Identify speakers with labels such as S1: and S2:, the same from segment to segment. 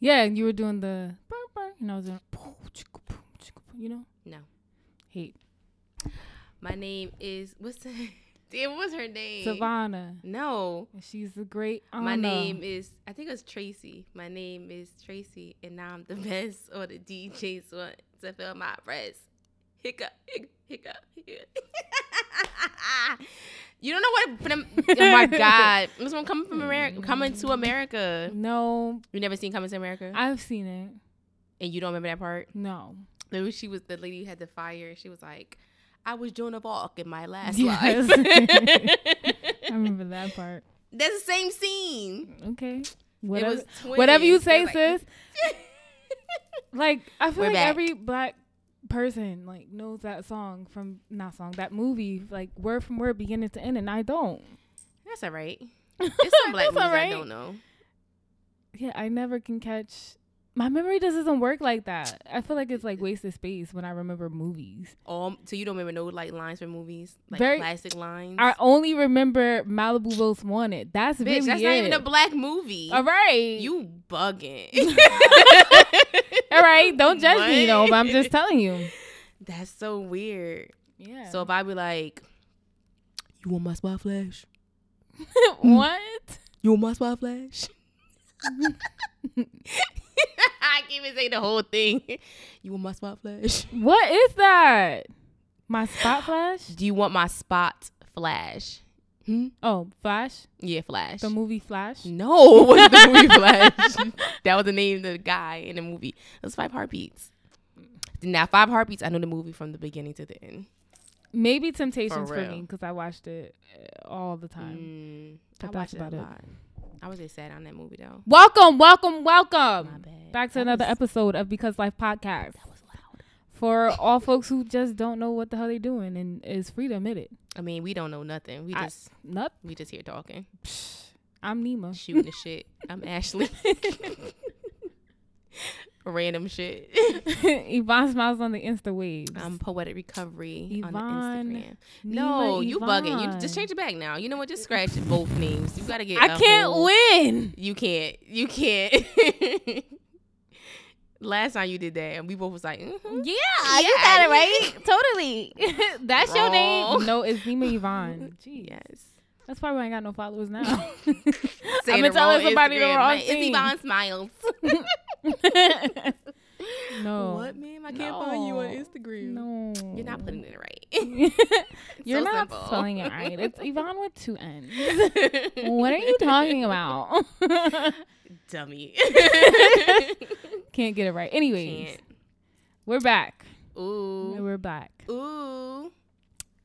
S1: Yeah, and you were doing the, burr, burr, and I was doing, you know,
S2: No.
S1: hate
S2: My name is what's the, it was her name.
S1: Savannah.
S2: No.
S1: And she's the great Anna.
S2: Eh. My name is I think it was Tracy. My name is Tracy and now I'm the best or the DJ so to fill my breast. Hiccup, hiccup, hiccup, hiccup. you don't know what from, oh my god. This one coming from America coming to America.
S1: No,
S2: You never seen Coming to America?
S1: I've seen it.
S2: and you don't remember that part?
S1: No.
S2: Then she was the lady who had the fire. She was like, "I was Joan of Arc in my last
S1: Yes.
S2: life."
S1: I remember that part.
S2: That's the same scene.
S1: Okay. Whatever,
S2: it was
S1: whatever you
S2: twins.
S1: say,
S2: They're like-
S1: sis. Like I feel
S2: We're
S1: like
S2: back.
S1: every black person like knows that song from not song that movie like word from word beginning to end, and I don't.
S2: That's all right. It's some black movies
S1: That's all
S2: I
S1: right.
S2: don't know.
S1: Yeah, I never can catch. My memory just doesn't work like that. I feel like it's like wasted space when I remember movies.
S2: All so you don't remember no like lines from movies, like
S1: Very-
S2: classic lines.
S1: I only remember Malibu Most Wanted. That's
S2: Bitch,
S1: really
S2: that's
S1: it.
S2: not even a black movie.
S1: All right,
S2: You bugging.
S1: all right. Don't judge me, you know.
S2: What?
S1: But I'm just telling you.
S2: That's so weird.
S1: Yeah.
S2: So if I be like, "You want my spot flash?
S1: what?
S2: You want my spot flash?" I can't even say the whole thing. You want my spot flash?
S1: What is that? My spot flash?
S2: Do you want my spot flash? Hmm?
S1: Oh, Flash.
S2: Yeah, flash.
S1: The movie Flash.
S2: No, it wasn't the movie Flash. that was the name of the guy in the movie. It was Five Heartbeats. Now, Five Heartbeats, I know the movie from the beginning to the end.
S1: Maybe Temptations for, me
S2: real.
S1: 'cause me because I watched it uh, all the time.
S2: Mm, I
S1: But
S2: watched it
S1: that's
S2: a
S1: about
S2: lot.
S1: it.
S2: I was just sad on that movie, though.
S1: Welcome, welcome,
S2: My
S1: welcome
S2: bad.
S1: back to
S2: That
S1: another e-
S2: was-
S1: episode of Because Life podcast
S2: That was loud.
S1: for all folks who just don't know what the hell they're doing and is freedom in it.
S2: I mean, we don't know nothing. We
S1: I-
S2: just
S1: Nope.
S2: we just here talking,
S1: Psh, I'm Nemo.
S2: shooting the shit. I'm Ashley. Random shit.
S1: Yvonne smiles on the Insta waves.
S2: I'm poetic recovery on
S1: Yvonne.
S2: the Instagram.
S1: Nima
S2: No, you bugging. You just
S1: Yvonne.
S2: change it back now. You know what? Just scratch both names. You gotta get.
S1: I
S2: a
S1: can't
S2: whole-
S1: win.
S2: You can't. You can't. Last time you did that, and we both was like, mhm.
S1: Yeah,
S2: you got it right.
S1: Totally. That's your
S2: Wrong.
S1: name. No, it's Nima Yvonne. Jeez.
S2: "Yes."
S1: That's probably why I ain't got no followers now.
S2: Saying
S1: been
S2: the
S1: telling
S2: wrong
S1: somebody the
S2: Instagram.
S1: wrong
S2: Like, It's
S1: thing.
S2: Yvonne Smiles.
S1: no.
S2: What, ma'am? I can't find you on
S1: No.
S2: Instagram.
S1: No.
S2: You're not putting it right.
S1: You're
S2: so
S1: not
S2: simple.
S1: spelling it right. It's Yvonne with two N's. What are you talking about?
S2: Dummy.
S1: Can't get it right. Anyways,
S2: Can't.
S1: we're back.
S2: Ooh.
S1: We're back.
S2: Ooh.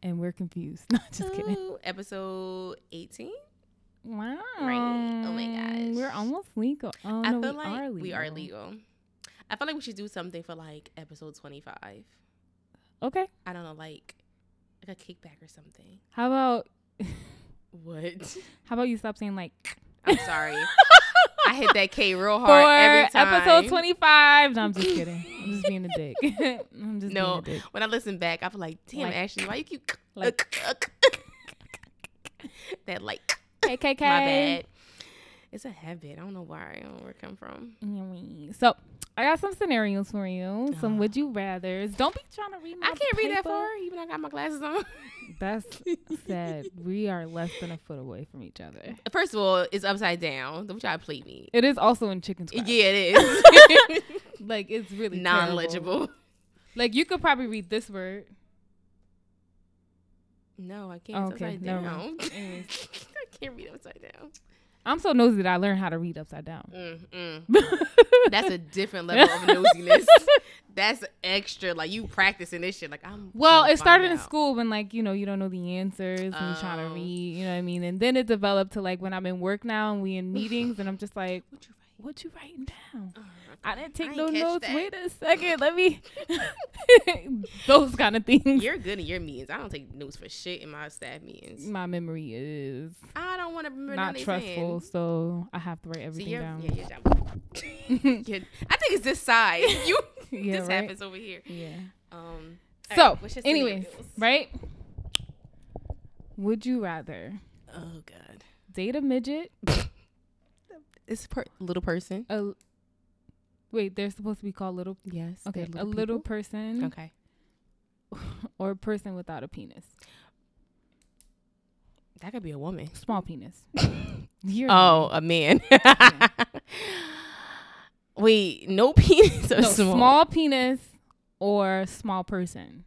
S1: And we're confused. Not just kidding.
S2: Ooh. Episode 18.
S1: Wow.
S2: Right. Oh my gosh.
S1: We're almost legal. Oh,
S2: I
S1: no,
S2: feel
S1: we
S2: like
S1: are legal.
S2: we are legal. I feel like we should do something for like episode 25.
S1: Okay.
S2: I don't know, like like a kickback or something.
S1: How about
S2: What?
S1: how about you stop saying like
S2: I'm sorry. I hit that K real
S1: for
S2: hard every time.
S1: episode 25. No, I'm just kidding. I'm just being a dick. I'm just
S2: No.
S1: being a dick.
S2: When I listen back, I feel like, damn,
S1: Like-
S2: Ashley, why you keep
S1: like-
S2: that like
S1: KKK.
S2: my bad. It's a habit. I don't know why. I don't know where it come from.
S1: Anyways, So I got some scenarios for you. Some
S2: Uh.
S1: would you rather's. Don't be trying to read my
S2: I can't read that
S1: paper.
S2: far, even though I got my glasses on.
S1: That's sad. we are less than a foot away from each other.
S2: First of all, it's upside down. Don't try to play me.
S1: It is also in chicken scratch.
S2: Yeah, it is.
S1: Like it's really
S2: non
S1: terrible.
S2: legible.
S1: Like you could probably read this word.
S2: No, I can't. It's
S1: Okay,
S2: upside
S1: never
S2: down.
S1: mind.
S2: I
S1: Anyways.
S2: can't read upside down.
S1: I'm so nosy that I learned how to read upside down.
S2: Mm-mm. That's a different level of nosiness. That's extra. Like you practicing this shit. Like I'm.
S1: Well,
S2: gonna
S1: it started
S2: find
S1: in
S2: out.
S1: school when like, you know, you don't know the answers and you're trying
S2: Oh.
S1: to read, you know what I mean? And then it developed to like when I'm in work now and we in meetings and I'm just like,
S2: What you write?
S1: What you writing down?
S2: Oh,
S1: I didn't
S2: I
S1: take
S2: ain't
S1: no
S2: catch
S1: notes.
S2: that.
S1: Wait a second. Let me. Those kind of things.
S2: You're good in your meetings. I don't take notes for shit in my staff meetings.
S1: My memory is
S2: I don't want to remember
S1: Mm. not
S2: nothing
S1: trustful, so I have to write
S2: See
S1: everything
S2: your
S1: down.
S2: yeah your job. Your- I think it's this side. You
S1: Yeah,
S2: this
S1: right?
S2: happens over here.
S1: Yeah.
S2: Um. all
S1: So,
S2: right, what's your
S1: anyways,
S2: scenarios?
S1: right? Would you rather
S2: Oh God.
S1: date a midget?
S2: It's per- little person.
S1: A Wait, they're supposed to be called little.
S2: Yes.
S1: Okay,
S2: they're
S1: a little
S2: people.
S1: person
S2: Okay.
S1: or a person without a penis,
S2: That could be a woman.
S1: small penis. You're
S2: Oh, a man. Wait, no penis or
S1: no,
S2: small?
S1: small. penis or small person.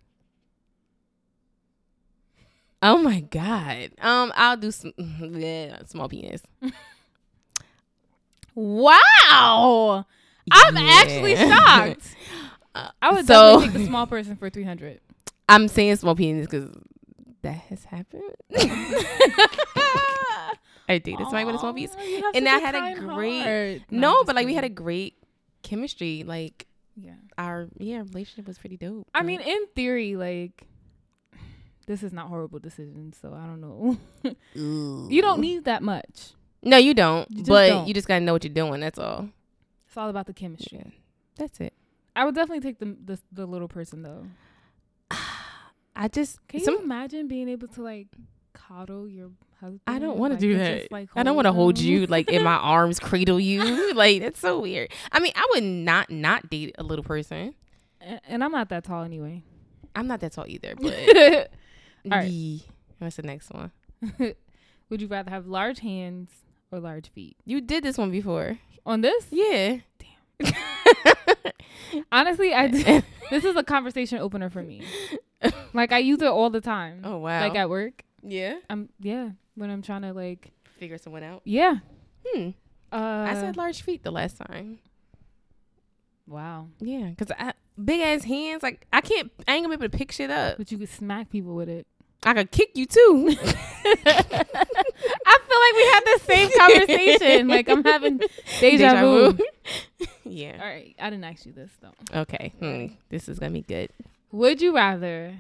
S2: Oh my god. Um, I'll do some yeah, small penis.
S1: Wow, I'm actually
S2: Yeah.
S1: shocked.
S2: Uh,
S1: I would
S2: so
S1: definitely take the small person for three hundred.
S2: I'm saying small penis because that has happened. I dated somebody with a small
S1: Oh.
S2: penis. And I had a great- No, but like we had a great chemistry. Like
S1: yeah.
S2: our yeah relationship was pretty dope.
S1: I
S2: Like,
S1: mean, in theory, like this is not horrible decision, so I don't know. you don't need that much.
S2: no, you don't.
S1: You just
S2: but
S1: don't.
S2: you just gotta know what you're doing. That's all.
S1: It's all about the chemistry.
S2: Yeah. That's it.
S1: I would definitely take the the, the little person though.
S2: I just
S1: Can
S2: some
S1: you imagine being able to like coddle your husband?
S2: I don't want to
S1: Like,
S2: do
S1: and
S2: that.
S1: just, like,
S2: I don't want to hold
S1: him?
S2: you like in my arms, cradle you. like that's so weird. I mean, I would not not date a little person.
S1: A- and I'm not that tall anyway.
S2: I'm not that tall either, but
S1: right.
S2: Yee. what's the next one?
S1: would you rather have large hands or large feet?
S2: You did this one before.
S1: On this,
S2: Yeah.
S1: honestly, I d- this is a conversation opener for me. Like I use it all the time.
S2: Oh wow.
S1: Like at work,
S2: yeah.
S1: I'm yeah. When I'm trying to like
S2: Figure someone out.
S1: yeah.
S2: Hmm.
S1: Uh,
S2: I said large feet the last time.
S1: wow.
S2: Yeah, cause I big ass hands. Like I can't. I ain't gonna be able to pick shit up.
S1: But you could smack people with it.
S2: I could kick you too.
S1: I feel like we had the same conversation. like I'm having deja,
S2: Deja
S1: vu.
S2: vu. yeah.
S1: All right, I didn't ask you this though.
S2: Okay. Hmm. This is gonna be good.
S1: Would you rather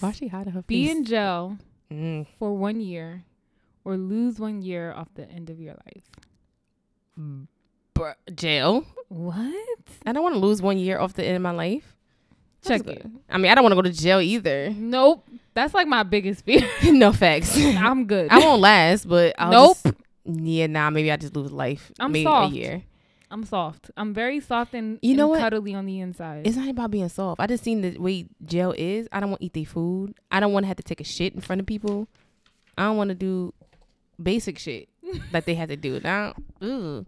S2: Why she hiding her
S1: be
S2: face?
S1: in jail
S2: Mm.
S1: for one year or lose one year off the end of your life?
S2: Br- jail.
S1: What?
S2: I don't want to lose one year off the end of my life. That's
S1: Check it.
S2: good. I mean, I don't want to go to jail either.
S1: Nope. That's like my biggest fear.
S2: no facts. I
S1: I'm good.
S2: won't last, but I'll
S1: nope.
S2: just- yeah, nah. Maybe I just lose life.
S1: I'm
S2: maybe
S1: soft.
S2: a year.
S1: I'm soft. I'm very soft and
S2: You know
S1: and
S2: what?
S1: cuddly on the inside.
S2: It's not about being soft. I just seen the way jail is. I don't want to eat their food. I don't want to have to take a shit in front of people. I don't want to do basic shit that they have to do. Now, ooh,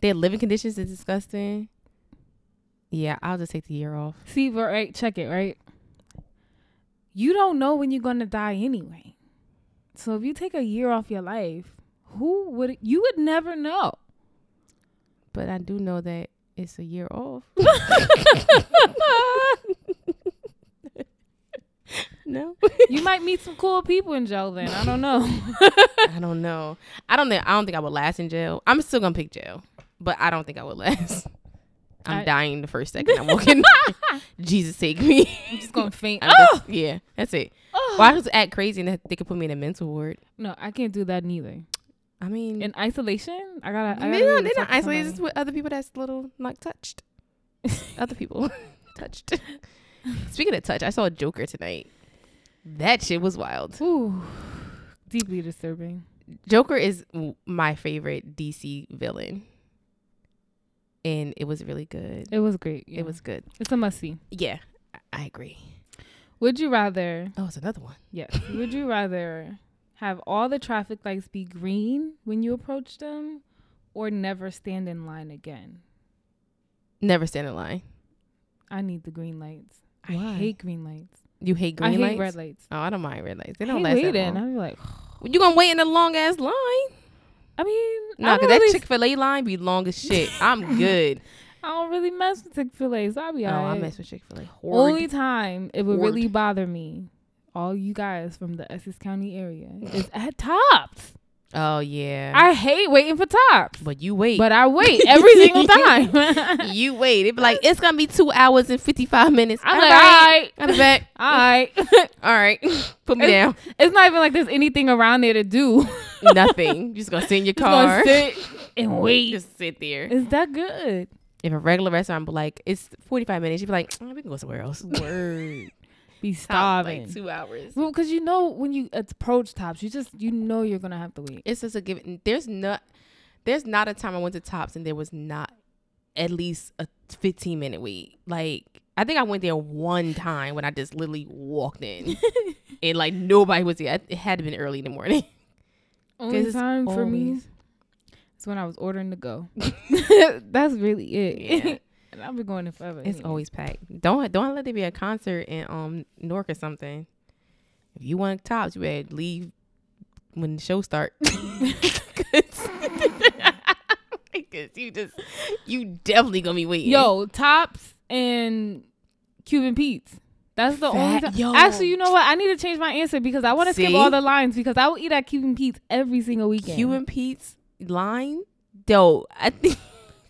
S2: their living conditions is disgusting. Yeah, I'll just take the year off.
S1: See, but right, check it, right? You don't know when you're gonna die anyway. So if you take a year off your life, who would you would never know.
S2: But I do know that it's a year off. no,
S1: You might meet some cool people in jail then. I don't know.
S2: I don't know. I don't think. I don't think I would last in jail. I'm still gonna pick jail, but I don't think I would last. I'm
S1: I-
S2: dying the first second I'm walking. Jesus take me.
S1: I'm just gonna faint.
S2: I'm just- yeah, that's it.
S1: Oh!
S2: Why just act crazy and they could put me in a mental ward?
S1: No, I can't do that neither.
S2: I mean,
S1: In isolation, I gotta. uh,
S2: they
S1: I gotta be able
S2: don't,
S1: to
S2: they
S1: talk
S2: don't
S1: to
S2: isolate. It's
S1: somebody.
S2: with other people that's little not touched. other people touched. Speaking of touch, I saw a Joker tonight. That shit was wild.
S1: Ooh, deeply disturbing.
S2: Joker is w- my favorite DC villain, and it was really good.
S1: It was great. yeah.
S2: It was good.
S1: It's a must see.
S2: Yeah, I- I agree.
S1: Would you rather?
S2: Oh, it's another one.
S1: Yes. Would you rather have all the traffic lights be green when you approach them or never stand in line again?
S2: Never stand in line.
S1: I need the green lights.
S2: Why?
S1: I hate green lights.
S2: You hate
S1: I
S2: green
S1: hate
S2: lights.
S1: red lights.
S2: Oh, I don't mind red lights. They
S1: I
S2: don't
S1: hate
S2: last that
S1: waiting.
S2: long.
S1: I'd be like,
S2: You gonna wait in a long ass line?
S1: I mean,
S2: No,
S1: I,
S2: cause
S1: don't
S2: that
S1: really,
S2: Chick Fil A line be long as shit. I'm good.
S1: I don't really mess with Chick Fil A, so I'll be
S2: Oh, I
S1: alright.
S2: mess with Chick Fil A.
S1: Only time it would
S2: Horde.
S1: really bother me, all you guys from the Essex County area, is at Tops.
S2: Oh yeah.
S1: I hate waiting for Tops,
S2: but you wait.
S1: but I wait every single time.
S2: you wait. It be like it's gonna be two hours and fifty five minutes.
S1: I'm
S2: All
S1: like,
S2: right.
S1: all right.
S2: I'll be back.
S1: All right.
S2: All right. Put me down.
S1: It's- It's not even like there's anything around there to do.
S2: Nothing. You're just gonna sit in your
S1: Just gonna
S2: car.
S1: sit and wait.
S2: Just sit there.
S1: Is that good?
S2: If a regular restaurant be like, it's forty five minutes, you'd be like, "Mm, we can go somewhere else.
S1: Word. Be
S2: Stop,
S1: starving.
S2: Like two hours.
S1: well, because you know when you approach tops, you just you know you're gonna have to wait.
S2: It's just a given there's not there's not a time I went to Tops and there was not at least a 15 minute wait. Like, I think I went there one time when I just literally walked in and like nobody was there. It had to been early in the morning.
S1: Only
S2: 'Cause it's
S1: time for me
S2: always-
S1: is when I was ordering to go. That's really it.
S2: Yeah.
S1: and I've been going there forever.
S2: It's
S1: anyway.
S2: always packed. Don't don't let there be a concert in um Newark or something. If you want tops, you better leave when the show starts. Because you just you definitely gonna be waiting.
S1: yo tops and Cuban Pete's. That's the only.
S2: Fat-
S1: Time.
S2: yo.
S1: Actually, you know what? I need to change my answer because I want to skip
S2: See?
S1: all the lines because I will eat at Cuban Pete's every single weekend.
S2: Q and Pete's line. Though I think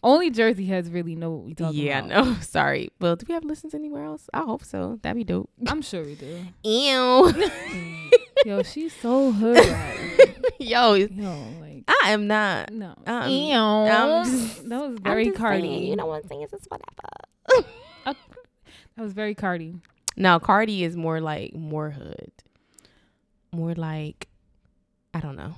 S1: Only Jersey heads really know what we talking
S2: yeah,
S1: about.
S2: no, sorry. Well, do we have listens anywhere else? I hope so. That'd be dope.
S1: I'm sure we do.
S2: Ew.
S1: Mm. Yo, she's so hood. right?
S2: Yo, it's-
S1: Yo, like
S2: I am not.
S1: no.
S2: Um,
S1: Ew.
S2: I'm just-
S1: that was
S2: I'm
S1: very
S2: just
S1: Cardi.
S2: saying, you know what I'm saying? It's just whatever.
S1: that was very Cardi.
S2: Now Cardi is more like more hood, more like I don't know.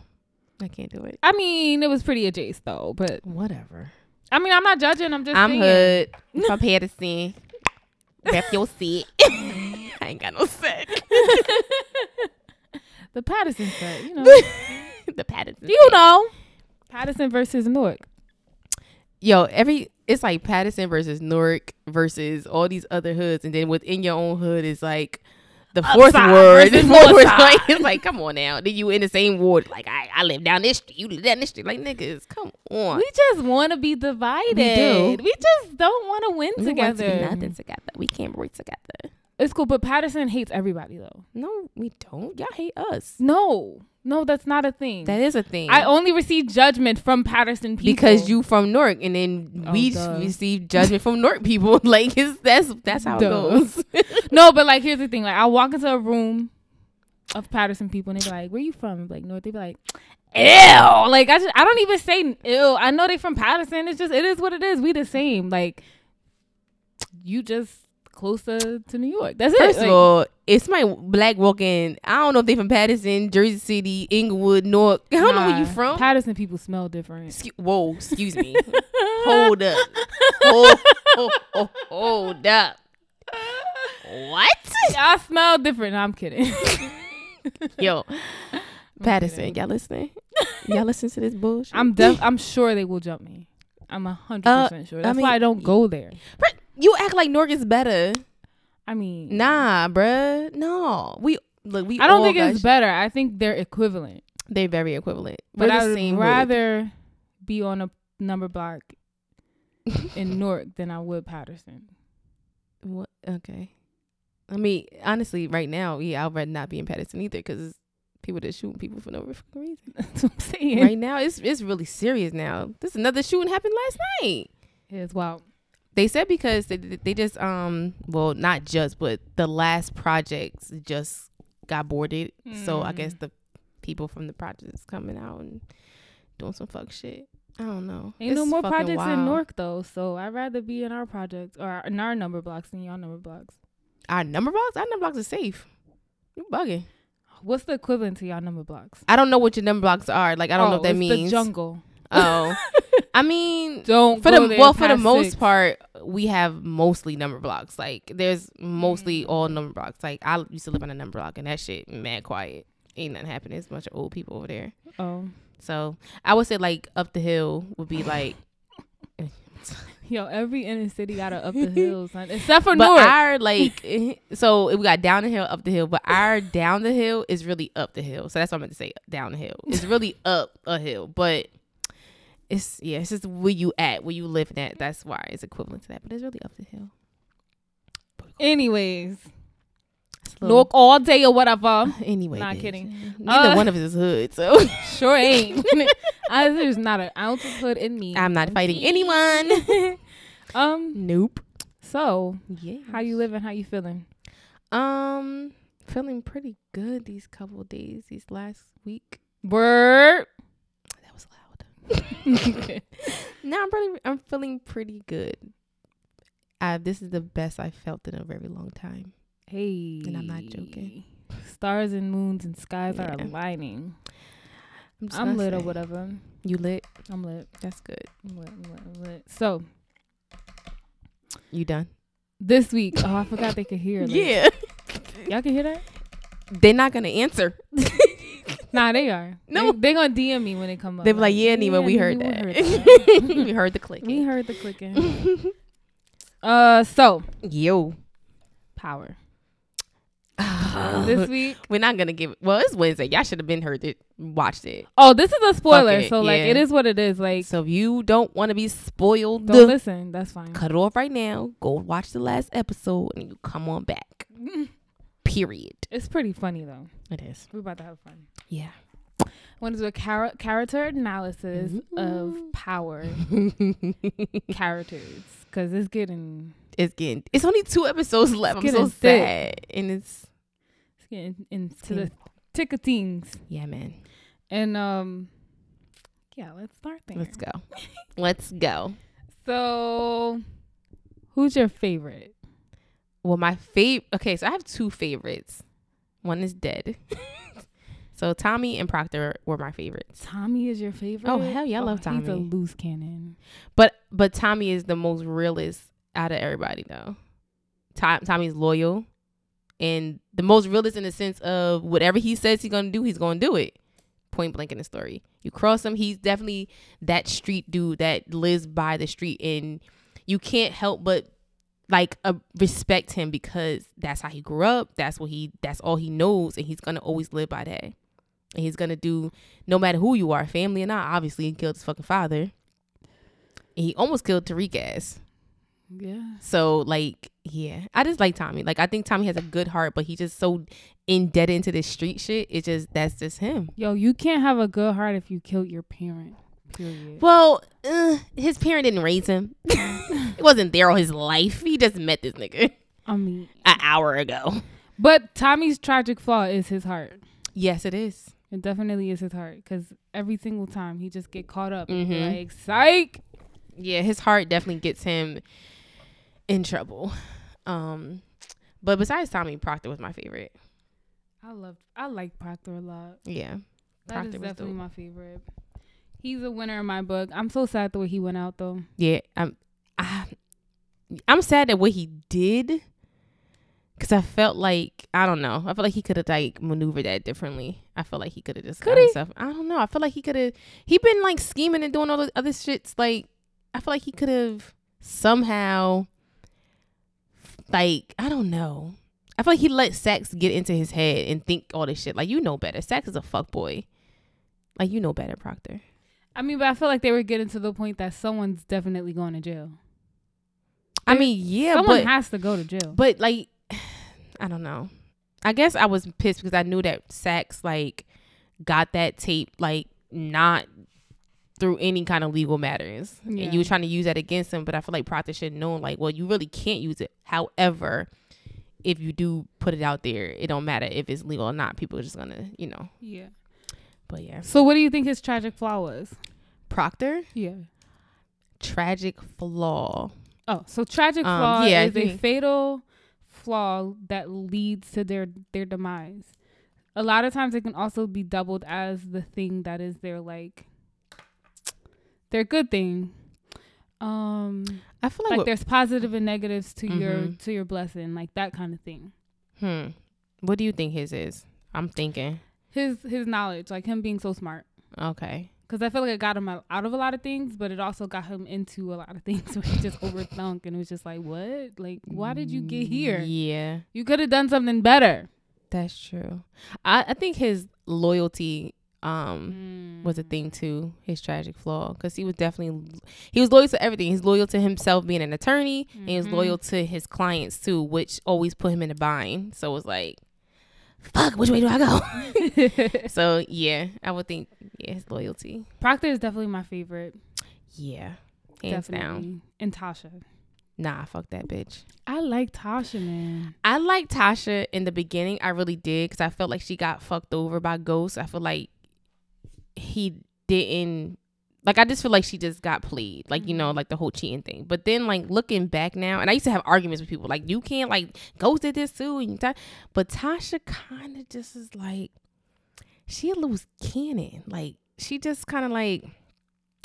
S2: I can't do it.
S1: I mean, it was pretty adjacent though, but
S2: Whatever.
S1: I mean, I'm not judging. I'm just
S2: I'm
S1: saying.
S2: hood from Patterson. Rep your seat. I ain't got no set.
S1: The Patterson set, you know.
S2: the Patterson.
S1: you know, Patterson versus Newark.
S2: Yo, every it's like Patterson versus Newark versus all these other hoods, and then within your own hood is like. The fourth
S1: Upside
S2: ward, the
S1: versus
S2: fourth ward,
S1: Northside.
S2: like, it's like, come on now. Then you in the same ward, like, I, I live down this street, you live down this street, like, niggas, come on.
S1: We just want to be divided.
S2: We do.
S1: We, just don't want to win
S2: We want to be
S1: together.
S2: nothing together. We can't work together.
S1: It's cool, but Patterson hates everybody though.
S2: No, we don't. Y'all hate us.
S1: No, no, that's not a thing.
S2: That is a thing.
S1: I only receive judgment from Patterson people
S2: because you from Newark, and then
S1: Oh,
S2: we
S1: duh.
S2: receive judgment from Newark people. Like it's, that's that's how
S1: Duh.
S2: it goes.
S1: No, but like here's the thing. Like I walk into a room of Patterson people and they be like, "Where you from?" Like North. They be like, "Ew!" Like I just I don't even say "ew." I know they from Patterson. It's just it is what it is. We the same. Like you just closer to New York. That's it.
S2: First
S1: Like,
S2: of all, it's my black walking. I don't know if they from Patterson, Jersey City, Inglewood, Newark. I don't know where you
S1: nah,
S2: from.
S1: Patterson people smell different.
S2: Excu- Whoa, excuse me. hold up. Hold, hold, hold up. What?
S1: I smell different. No, I'm kidding.
S2: Yo, Patterson, y'all listening? Y'all listen to this bullshit?
S1: I'm def- I'm sure they will jump me. I'm a hundred
S2: Uh,
S1: percent sure. That's
S2: mean,
S1: why I don't go there.
S2: Bruh, You act like Newark is better.
S1: I mean,
S2: Nah, bruh. No, we look. We
S1: I don't
S2: all
S1: think
S2: got
S1: it's
S2: sh-
S1: better. I think they're equivalent.
S2: They're very equivalent.
S1: But
S2: We're
S1: I
S2: the
S1: would
S2: same hood.
S1: rather be on a number block in Newark than I would Patterson.
S2: What? Okay. I mean, honestly, right now, yeah, I'd rather not be in Patterson either because people just shooting people for no freaking reason.
S1: That's what I'm saying.
S2: right now, it's it's really serious. Now, this another shooting happened last night.
S1: Yes, wow.
S2: They said because they, they just um well not just but the last projects just got boarded, so I
S1: Mm.
S2: guess the people from the project is coming out and doing some fuck shit. I don't know.
S1: Ain't no
S2: It's
S1: more
S2: fucking
S1: projects in
S2: wild.
S1: Newark though, so I'd rather be in our projects or in our number blocks than y'all number blocks.
S2: Our number box, our number box is safe. You bugging.
S1: What's the equivalent to y'all number blocks?
S2: I don't know what your number blocks are. Like I don't know
S1: Oh,
S2: what that
S1: it's
S2: means.
S1: The jungle.
S2: Oh, I mean,
S1: Don't
S2: for
S1: go
S2: the
S1: there
S2: well, for the
S1: past
S2: most
S1: six.
S2: part, we have mostly number blocks. Like there's
S1: Mm.
S2: mostly all number blocks. Like I used to live on a number block, and that shit mad quiet. Ain't nothing happening. It's a bunch of old people over there.
S1: Oh,
S2: So I would say like up the hill would be like.
S1: yo, every inner city got to up the hill, son. Except for
S2: But
S1: Newark.
S2: our like, so we got down the hill, up the hill. But our down the hill is really up the hill. So that's what I meant to say. Down the hill. It's really up a hill, but it's yeah. It's just where you at, where you living at. That's why it's equivalent to that. But it's really up the hill.
S1: Anyways,
S2: It's a
S1: Newark
S2: little-
S1: all day or whatever.
S2: Anyway,
S1: Not
S2: bitch.
S1: kidding.
S2: Neither
S1: Uh,
S2: one of us is hood, so
S1: Sure ain't. I, there's not an ounce of hood in me.
S2: I'm not fighting anyone.
S1: Um.
S2: Nope.
S1: So,
S2: Yeah.
S1: how you living? How you feeling?
S2: Um, feeling pretty good these couple of days. These last week.
S1: Word.
S2: That was loud. No, I'm really, I'm feeling pretty good. Uh, this is the best I've felt in a very long time.
S1: hey.
S2: And I'm not joking.
S1: Stars and moons and skies are
S2: Yeah.
S1: aligning.
S2: just
S1: I'm
S2: gonna
S1: lit or
S2: say.
S1: whatever.
S2: You lit?
S1: I'm lit.
S2: That's good.
S1: I'm lit. I'm lit. I'm lit. So,
S2: You done?
S1: This week. Oh, I forgot they could hear. like-
S2: Yeah.
S1: Y'all can hear that?
S2: They're not gonna answer.
S1: Nah, they are.
S2: No.
S1: They, are gonna DM me when they come up.
S2: They were like, yeah, Neva, we heard
S1: Neva,
S2: that.
S1: we heard that.
S2: we heard the click.
S1: we heard the clicking. Uh, so
S2: Yo.
S1: power this
S2: This-
S1: week.
S2: we're not gonna give. Well, it's Wednesday. Y'all should have been heard it, watched it.
S1: Oh, this is a spoiler.
S2: it,
S1: so like,
S2: yeah.
S1: it is what it is. Like,
S2: So if you don't want to be spoiled,
S1: don't listen. That's fine.
S2: cut it off right now. Go watch the last episode, and you come on back. Period.
S1: It's pretty funny though.
S2: It is.
S1: We're about to have fun.
S2: Yeah.
S1: Want to do a chara- character analysis of power characters because it's getting
S2: it's getting. It's only two episodes left. I'm
S1: getting
S2: so
S1: thick.
S2: sad, and it's
S1: it's getting into the tick of things.
S2: yeah, man.
S1: And um, yeah, let's start there.
S2: Let's go. Let's go.
S1: So, who's your favorite?
S2: Well, my favorite. Okay, so I have two favorites. One is dead. so Tommy and Proctor were my favorites,
S1: Tommy is your favorite.
S2: Oh, hell yeah, I love
S1: He's a
S2: Tommy.
S1: loose cannon.
S2: but but Tommy is the most realist out of everybody, though. Tom, Tommy's loyal, and the most realist in the sense of whatever he says he's gonna do, he's gonna do it. Point blank in the story, you cross him, he's definitely that street dude that lives by the street, and you can't help but like uh, respect him because that's how he grew up that's what he that's all he knows and he's gonna always live by that and he's gonna do no matter who you are family or not obviously he killed his fucking father and he almost killed tariq ass
S1: Yeah.
S2: so like yeah i just like tommy like i think tommy has a good heart but he just so indebted into this street shit it's just that's just him
S1: Yo, you can't have a good heart if you killed your parent. Period.
S2: well uh, his parent didn't raise him it wasn't there all his life he just met this nigga
S1: I mean,
S2: an hour ago
S1: but Tommy's tragic flaw is his heart.
S2: yes it is
S1: It definitely is his heart because every single time he just get caught up. and be
S2: Mhm.
S1: Like, psych.
S2: yeah, his heart definitely gets him in trouble. Um, but besides Tommy, Proctor was my favorite.
S1: I love. I like Proctor a lot.
S2: Yeah,
S1: That is
S2: Proctor was
S1: definitely
S2: dope.
S1: my favorite. He's a winner in my book. I'm so sad the way he went out though.
S2: yeah. I'm, I, I'm sad at what he did, cause I felt like I don't know. I felt like he could have like maneuvered that differently. I felt like he could have just
S1: Could
S2: got
S1: he?
S2: himself. I don't know. I feel like he could have. He been like scheming and doing all those other shits. Like I feel like he could have somehow, like I don't know. I feel like he let sex get into his head and think all this shit. Like you know better. Sex is a fuck boy. Like you know better, Proctor.
S1: I mean, but I feel like they were getting to the point that someone's definitely going to jail.
S2: I mean, yeah,
S1: Someone
S2: but
S1: has to go to jail.
S2: but like, I don't know. I guess I was pissed because I knew that sex like got that tape like not through any kind of legal matters,
S1: Yeah.
S2: and you were trying to use that against him. But I feel like Proctor should know like, well, you really can't use it. However. If you do put it out there, it don't matter if it's legal or not. People are just gonna, you know.
S1: yeah.
S2: But yeah,
S1: So what do you think his tragic flaw was?
S2: Proctor.
S1: Yeah.
S2: tragic flaw.
S1: Oh, so tragic
S2: Um,
S1: flaw
S2: yeah, I
S1: is a
S2: think-
S1: fatal flaw that leads to their their demise. A lot of times it can also be doubled as the thing that is their like their good thing. Um
S2: I feel
S1: like
S2: like, what,
S1: there's positive and negatives to your
S2: Mhm.
S1: to your blessing, like that kind of thing.
S2: hmm. What do you think his is? I'm thinking.
S1: His his knowledge, like him being so smart.
S2: Okay.
S1: because I feel like it got him out out of a lot of things, but it also got him into a lot of things where he just overthunk and it was just like, what? Like, why did you get here?
S2: Yeah,
S1: You could have done something better.
S2: that's true. I, I think his loyalty um
S1: Mm.
S2: was a thing too. His tragic flaw because he was definitely he was loyal to everything. He's loyal to himself being an attorney, and he was
S1: Mhm.
S2: loyal to his clients too, which always put him in a bind. So it was like, fuck, which way do I go? so yeah, I would think yeah, his loyalty.
S1: Proctor is definitely my favorite.
S2: Yeah, hands down.
S1: definitely. And Tasha.
S2: Nah, fuck that bitch.
S1: I like Tasha, man.
S2: I liked Tasha in the beginning. I really did because I felt like she got fucked over by Ghost. I feel like he didn't. Like I just feel like she just got played, like you know, like the whole cheating thing. But then, like looking back now, and I used to have arguments with people, like you can't, like Ghost did this too, and that. But Tasha kind of just is like, she a loose cannon. Like she just kind of like,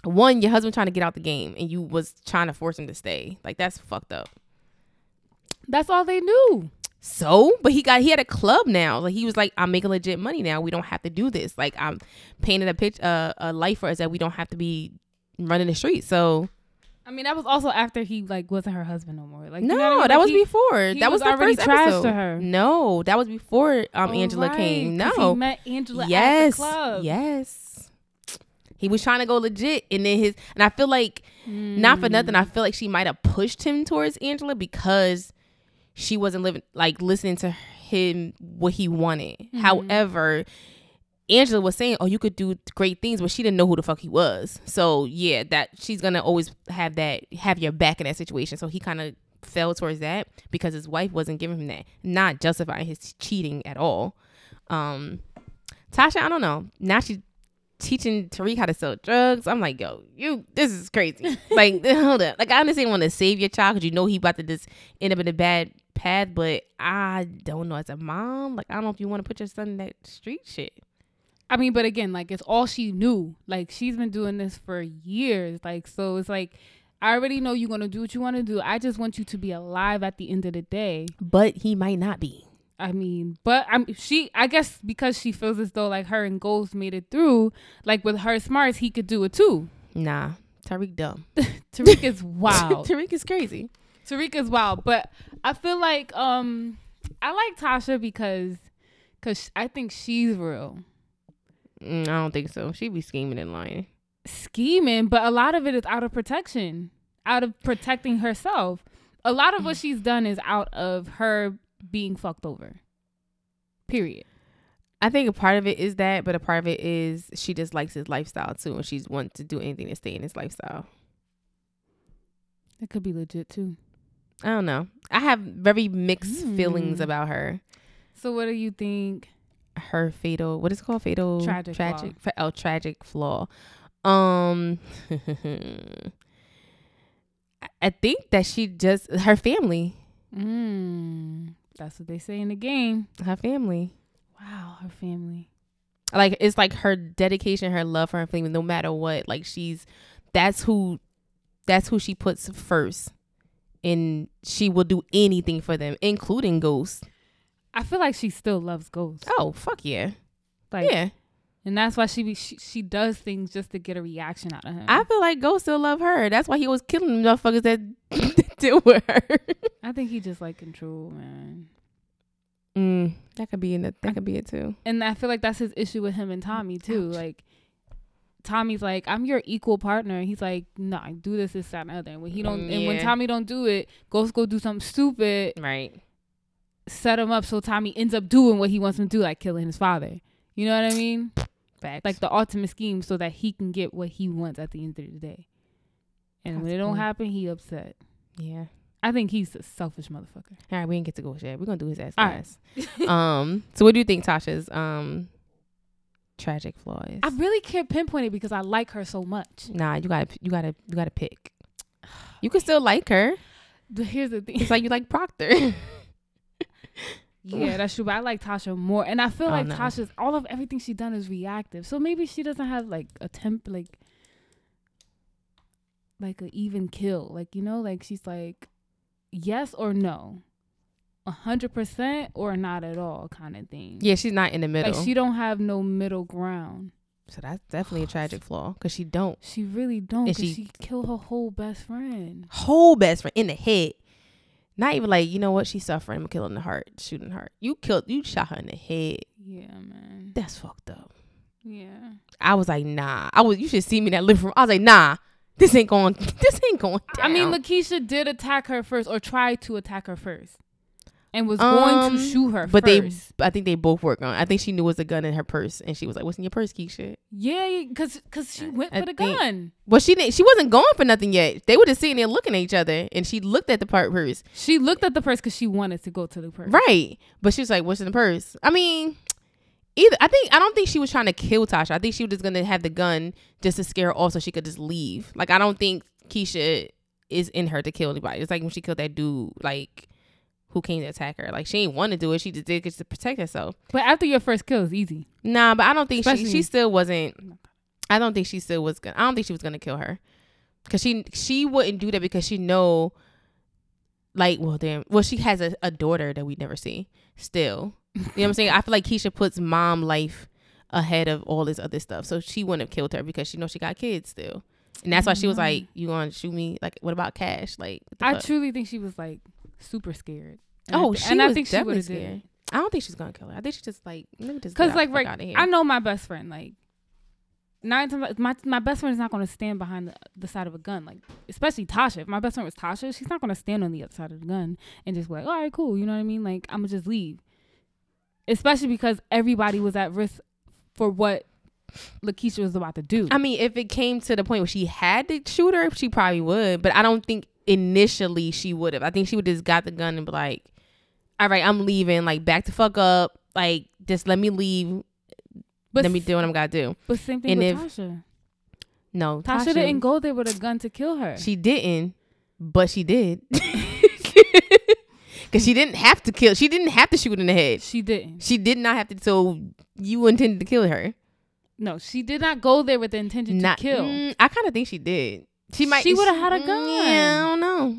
S2: one, your husband trying to get out the game, and you was trying to force him to stay. Like that's fucked up.
S1: That's all they knew.
S2: So, but he got he had a club now. Like he was like, I'm making legit money now. We don't have to do this. Like I'm painting a pitch uh, a life for us that we don't have to be running the street. So
S1: I mean, that was also after he like wasn't her husband no more. Like you
S2: no,
S1: know what I mean?
S2: that
S1: Like,
S2: was
S1: he-
S2: before.
S1: he
S2: that was,
S1: was
S2: the
S1: already
S2: first
S1: trash to
S2: episode.
S1: her.
S2: No, that was before um
S1: Oh,
S2: Angela
S1: right,
S2: came.
S1: 'cause
S2: No,
S1: he met Angela at
S2: yes,
S1: the club.
S2: yes. He was trying to go legit, and then his and I feel like
S1: Mm.
S2: not for nothing. I feel like she might have pushed him towards Angela because she wasn't living like listening to him what he wanted. However, Angela was saying, "Oh, you could do great things," but she didn't know who the fuck he was. So yeah, that she's gonna always have that have your back in that situation. So he kind of fell towards that because his wife wasn't giving him that, not justifying his cheating at all. Um, Tasha, I don't know. Now she's teaching Tariq how to sell drugs. I'm like, yo, you, this is crazy. like, hold up. Like, I understand you want to save your child because you know he about to just end up in a bad path, but I don't know. As a mom, like, I don't know if you want to put your son in that street shit.
S1: I mean, but again, like it's all she knew. Like she's been doing this for years. Like so, it's like I already know you're gonna do what you want to do. I just want you to be alive at the end of the day.
S2: But he might not be.
S1: I mean, but I'm she. I guess because she feels as though like her and Goals made it through. Like with her smarts, he could do it too.
S2: Nah, Tariq dumb.
S1: Tariq is wild.
S2: Tariq is crazy.
S1: Tariq is wild, but I feel like um I like Tasha because because I think she's real
S2: Mm, I don't think so. She be scheming and lying.
S1: scheming, but a lot of it is out of protection, out of protecting herself. A lot of what she's done is out of her being fucked over. Period.
S2: I think a part of it is that, but a part of it is she just likes his lifestyle too, and she's wants to do anything to stay in his lifestyle.
S1: It could be legit too.
S2: I don't know. I have very mixed feelings
S1: Hmm.
S2: about her.
S1: So what do you think?
S2: Her fatal, what is it called? Fatal
S1: Tragic
S2: tragic, fa- oh, tragic flaw. Um, I- I think that she just her family,
S1: Mm, that's what they say in the game.
S2: her family.
S1: Wow, her family.
S2: Like it's like her dedication, her love for her family, no matter what. Like she's that's who that's who she puts first, and she will do anything for them, including Ghost.
S1: I feel like she still loves ghosts.
S2: Oh fuck yeah,
S1: Like
S2: yeah.
S1: And that's why she be she, she does things just to get a reaction out of him.
S2: I
S1: I,
S2: feel like Ghost still love her. That's why he was killing the motherfuckers that deal with her.
S1: think he just like control, man.
S2: Mm, that could be in it. That could be it too.
S1: And I feel like that's his issue with him and Tommy too.
S2: Ouch.
S1: Like Tommy's like, I'm your equal partner. He's like, Nah, do this, this, that, and the other. And when he don't, and when
S2: Yeah.
S1: Tommy don't do it, Ghost go do something stupid,
S2: Right.
S1: set him up so Tommy ends up doing what he wants him to do, like killing his father. You know what I mean?
S2: Facts.
S1: Like the ultimate scheme, so that he can get what he wants at the end of the day. And when
S2: That's
S1: it don't
S2: good.
S1: happen, he upset.
S2: yeah.
S1: I think he's a selfish motherfucker.
S2: All right, we didn't get to Ghost yet. We're gonna do his ass
S1: All right.
S2: last. um. So what do you think Tasha's um tragic flaw is?
S1: I really can't pinpoint it because I like her so much.
S2: nah, you gotta you gotta you gotta pick. You can still like her.
S1: But here's the thing.
S2: It's like you like Proctor.
S1: Yeah, that's true. But I like Tasha more, and I feel
S2: Oh,
S1: like
S2: no.
S1: Tasha's all of everything she done is reactive. So maybe she doesn't have like a temp, like like a even kill. Like you know, like she's like yes or no, a hundred percent or not at all kind of thing.
S2: yeah, she's not in the middle.
S1: like she don't have no middle ground.
S2: so that's definitely a tragic flaw because she don't
S1: She really don't.
S2: And
S1: 'cause
S2: she-
S1: she, killed her whole best friend.
S2: whole best friend in the head. Not even like you know what she's suffering. I'm killing the heart, shooting her. You killed. You shot her in the head.
S1: Yeah, man.
S2: That's fucked up.
S1: Yeah.
S2: I was like, nah. I was you should see me in that living room. I was like, nah, this ain't going this ain't going down.
S1: I mean, Lakeisha did attack her first, or tried to attack her first, and was going
S2: Um,
S1: to shoot her.
S2: but
S1: first.
S2: they I think they both work on. I think she knew it was a gun in her purse and she was like, What's in your purse, Keisha?
S1: yeah, because cause she went
S2: I
S1: for the
S2: think-
S1: gun.
S2: Well she didn't she wasn't going for nothing yet. They were just sitting there looking at each other and she looked at the part purse.
S1: She looked at the purse because she wanted to go to the purse.
S2: Right. But she was like, What's in the purse? I mean Either, I think I don't think she was trying to kill Tasha. I think she was just gonna have the gun just to scare her off so she could just leave. Like I don't think Keisha is in her to kill anybody. It's like when she killed that dude, like who came to attack her. Like she ain't want to do it. She just did it to protect herself.
S1: But after your first kill is easy.
S2: Nah, but I don't think she,
S1: Especially-
S2: she still wasn't. I don't think she still was gonna. I don't think she was gonna kill her, cause she she wouldn't do that because she know like well damn well she has a, a daughter that we never see still you know what i'm saying i feel like keisha puts mom life ahead of all this other stuff so she wouldn't have killed her because she knows she got kids still and that's why she was like you gonna shoot me like what about cash like what the
S1: Mm-hmm. I
S2: fuck?
S1: truly think she was like super scared. And
S2: oh
S1: I, th-
S2: she
S1: and
S2: was
S1: I think she
S2: definitely
S1: would have did.
S2: scared i don't think she's gonna kill her i think she just like let me just
S1: Cause
S2: get
S1: like
S2: right
S1: right,
S2: out of here
S1: I know my best friend. Like nine times, my my best friend is not going to stand behind the, the side of a gun. Like especially Tasha. If my best friend was Tasha, she's not going to stand on the other side of the gun and just be like, all right, cool. You know what I mean? Like I'm gonna just leave. Especially because everybody was at risk for what Lakeisha was about to do.
S2: I mean, if it came to the point where she had to shoot her, she probably would. But I don't think initially she would have. I think she would just got the gun and be like, "All right, I'm leaving. Like, back the fuck up. Like, just let me leave.
S1: but
S2: let me
S1: s-
S2: do what I'm gotta do."
S1: But same thing
S2: and
S1: with
S2: if
S1: Tasha.
S2: No,
S1: Tasha. didn't go there with a gun to kill her.
S2: She didn't, but she did. Cause she didn't have to kill. She didn't have to shoot in the head.
S1: she didn't.
S2: She did not have to. So you intended to kill her?
S1: No, she did not go there with the intention
S2: not
S1: to kill.
S2: Mm, I kind of think she did. She might.
S1: She would've had a
S2: Mm,
S1: gun.
S2: Yeah, I don't know.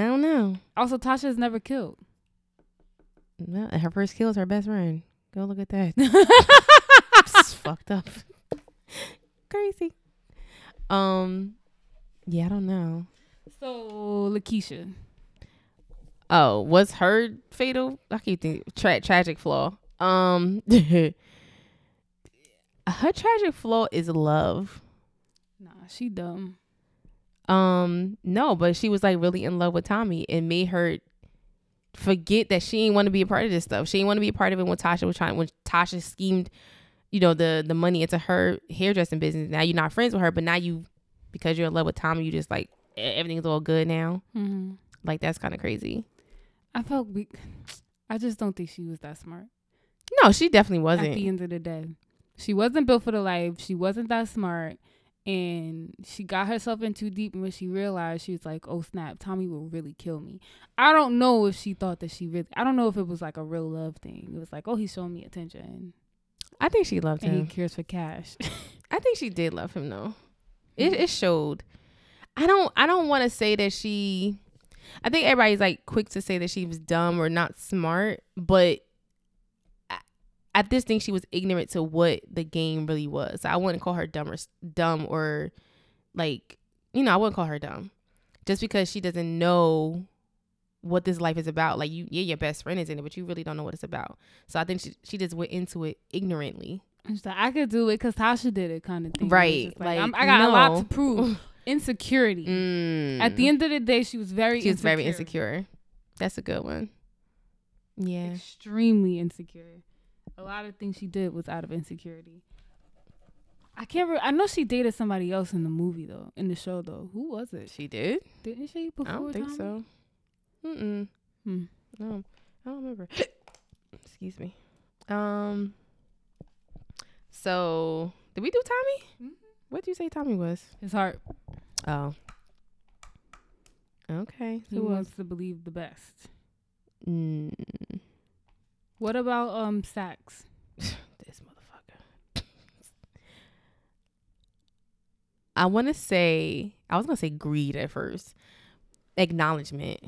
S2: I don't know.
S1: Also, Tasha is never killed.
S2: No, her first kill is her best friend. Go look at that. It's
S1: I
S2: fucked up. Crazy. Um, yeah, I don't know.
S1: So Lakeisha.
S2: Oh, was her fatal? I keep thinking tra- tragic flaw. Um, her tragic flaw is love.
S1: Nah, she dumb.
S2: Um, no, but she was like really in love with Tommy and made her forget that she didn't want to be a part of this stuff. She didn't want to be a part of it when Tasha was trying when Tasha schemed, you know, the the money into her hairdressing business. Now you're not friends with her, but now you because you're in love with Tommy, you just like e- everything's all good now.
S1: hmm
S2: Like that's kind of crazy.
S1: I felt weak. I just don't think she was that smart.
S2: No, she definitely
S1: At the
S2: wasn't.
S1: end of the day, she wasn't built for the life. She wasn't that smart, and she got herself in too deep. And when she realized, she was like, "Oh snap! Tommy will really kill me." I don't know if she thought that she really. I don't know if it was like a real love thing. It was like, "Oh, he's showing me attention,
S2: I think she loved
S1: and he
S2: him.
S1: cares for cash."
S2: I think she did love him though. It it showed. I don't I don't want to say that she I think everybody's like quick to say that she was dumb or not smart, but I, I just think she was ignorant to what the game really was. I wouldn't call her dumb or s- dumb or like, you know, I wouldn't call her dumb. Just because she doesn't know what this life is about. Like you yeah, your best friend is in it, but you really don't know what it's about. So I think she she just went into it ignorantly.
S1: She's like, I could do it because Tasha did it, kind of thing. It's
S2: Right,
S1: just
S2: like,
S1: Like, I'm, I got a lot
S2: no.
S1: to prove. Insecurity.
S2: Mm.
S1: At the end of the day, she was very
S2: She was
S1: insecure.
S2: very insecure. That's a good one. Yeah.
S1: Extremely insecure. A lot of things she did was out of insecurity. I can't. Re- I know she dated somebody else in the movie though, in the show though. Who was it?
S2: She did?
S1: Didn't she? Before
S2: I don't think
S1: Tommy?
S2: so. Mm-mm.
S1: Hmm.
S2: No. I don't remember. Excuse me. Um So did we do Tommy?
S1: Mhm.
S2: What did you say Tommy was?
S1: His heart.
S2: Oh. Okay.
S1: He
S2: Who else?
S1: wants to believe the best.
S2: Mm,
S1: What about um Sax?
S2: this motherfucker. I wanna say I was gonna say greed at first. Acknowledgement.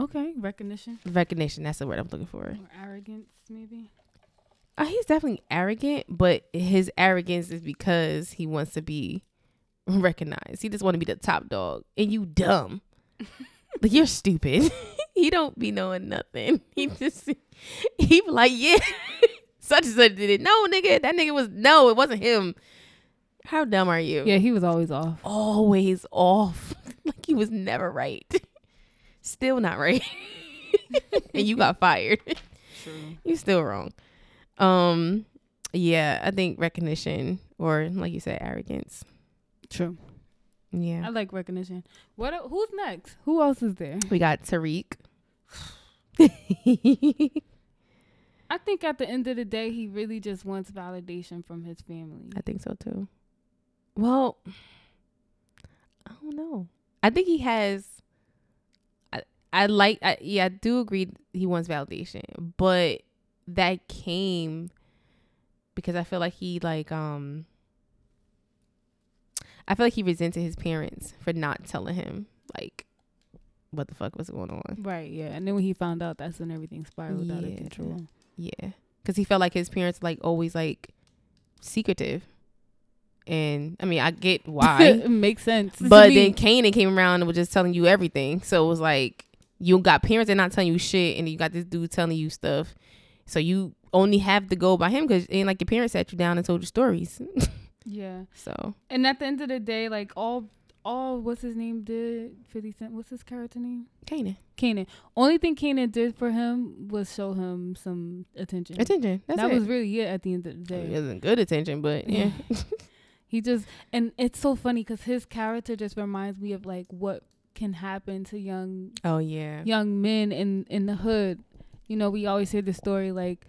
S1: Okay, recognition
S2: recognition that's the word i'm looking for
S1: or arrogance maybe.
S2: uh, he's definitely arrogant but his arrogance is because he wants to be recognized he just want to be the top dog and you dumb like you're stupid he don't be knowing nothing he just he be like yeah such and such did it no nigga that nigga was no it wasn't him how dumb are you
S1: Yeah, he was always off.
S2: always off. like he was never right. Still not right. and you got fired.
S1: True.
S2: you still wrong. Um yeah, I think recognition or like you said arrogance.
S1: True. I
S2: Yeah.
S1: like recognition. What? el- Who's next? Who else is there?
S2: We got Tariq.
S1: I think at the end of the day, he really just wants validation from his family.
S2: I think so too. Well, I don't know. I think he has. I I like. I, yeah, I do agree. He wants validation, but that came because I feel like he like um. I feel like he resented his parents for not telling him like what the fuck was going on.
S1: Right, yeah. And then when he found out, that's when everything spiraled out of
S2: Yeah.
S1: control.
S2: Yeah, because he felt like his parents like always like secretive, and I mean I get why,
S1: it makes sense.
S2: but
S1: To
S2: then
S1: me,
S2: Kanan came around and was just telling you everything. So it was like you got parents that not telling you shit, and you got this dude telling you stuff. So you only have to go by him because ain't like your parents sat you down and told you stories.
S1: yeah.
S2: so
S1: And at the end of the day, like all, all what's his name did Fifty Cent. What's his character name?
S2: Kanan,
S1: Kanan. Only thing Kanan did for him was show him some attention.
S2: attention. That's
S1: that
S2: it.
S1: was really it at the end of the
S2: I
S1: day.
S2: mean, it wasn't good attention, but yeah.
S1: He just and it's so funny because his character just reminds me of like what can happen to young
S2: oh yeah.
S1: young men in in the hood. You know, we always hear the story like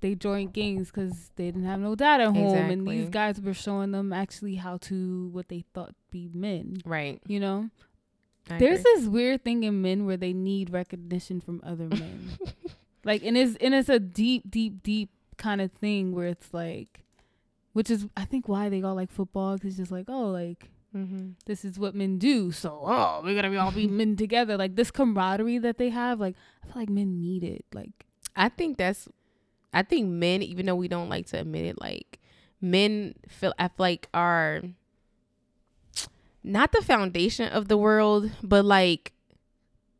S1: they joined gangs because they didn't have no dad at home, and
S2: Exactly.
S1: these guys were showing them actually how to what they thought be men.
S2: Right.
S1: You know,
S2: I
S1: there's
S2: agree.
S1: this weird thing in men where they need recognition from other men. like and it's and it's a deep deep deep kind of thing where it's like which is i think why they all like football 'cause it's just like oh like
S2: Mhm.
S1: this is what men do so oh we're gonna be all be men together like this camaraderie that they have like i feel like men need it like
S2: I think that's I think men, even though we don't like to admit it, like men feel I feel like are not the foundation of the world, but like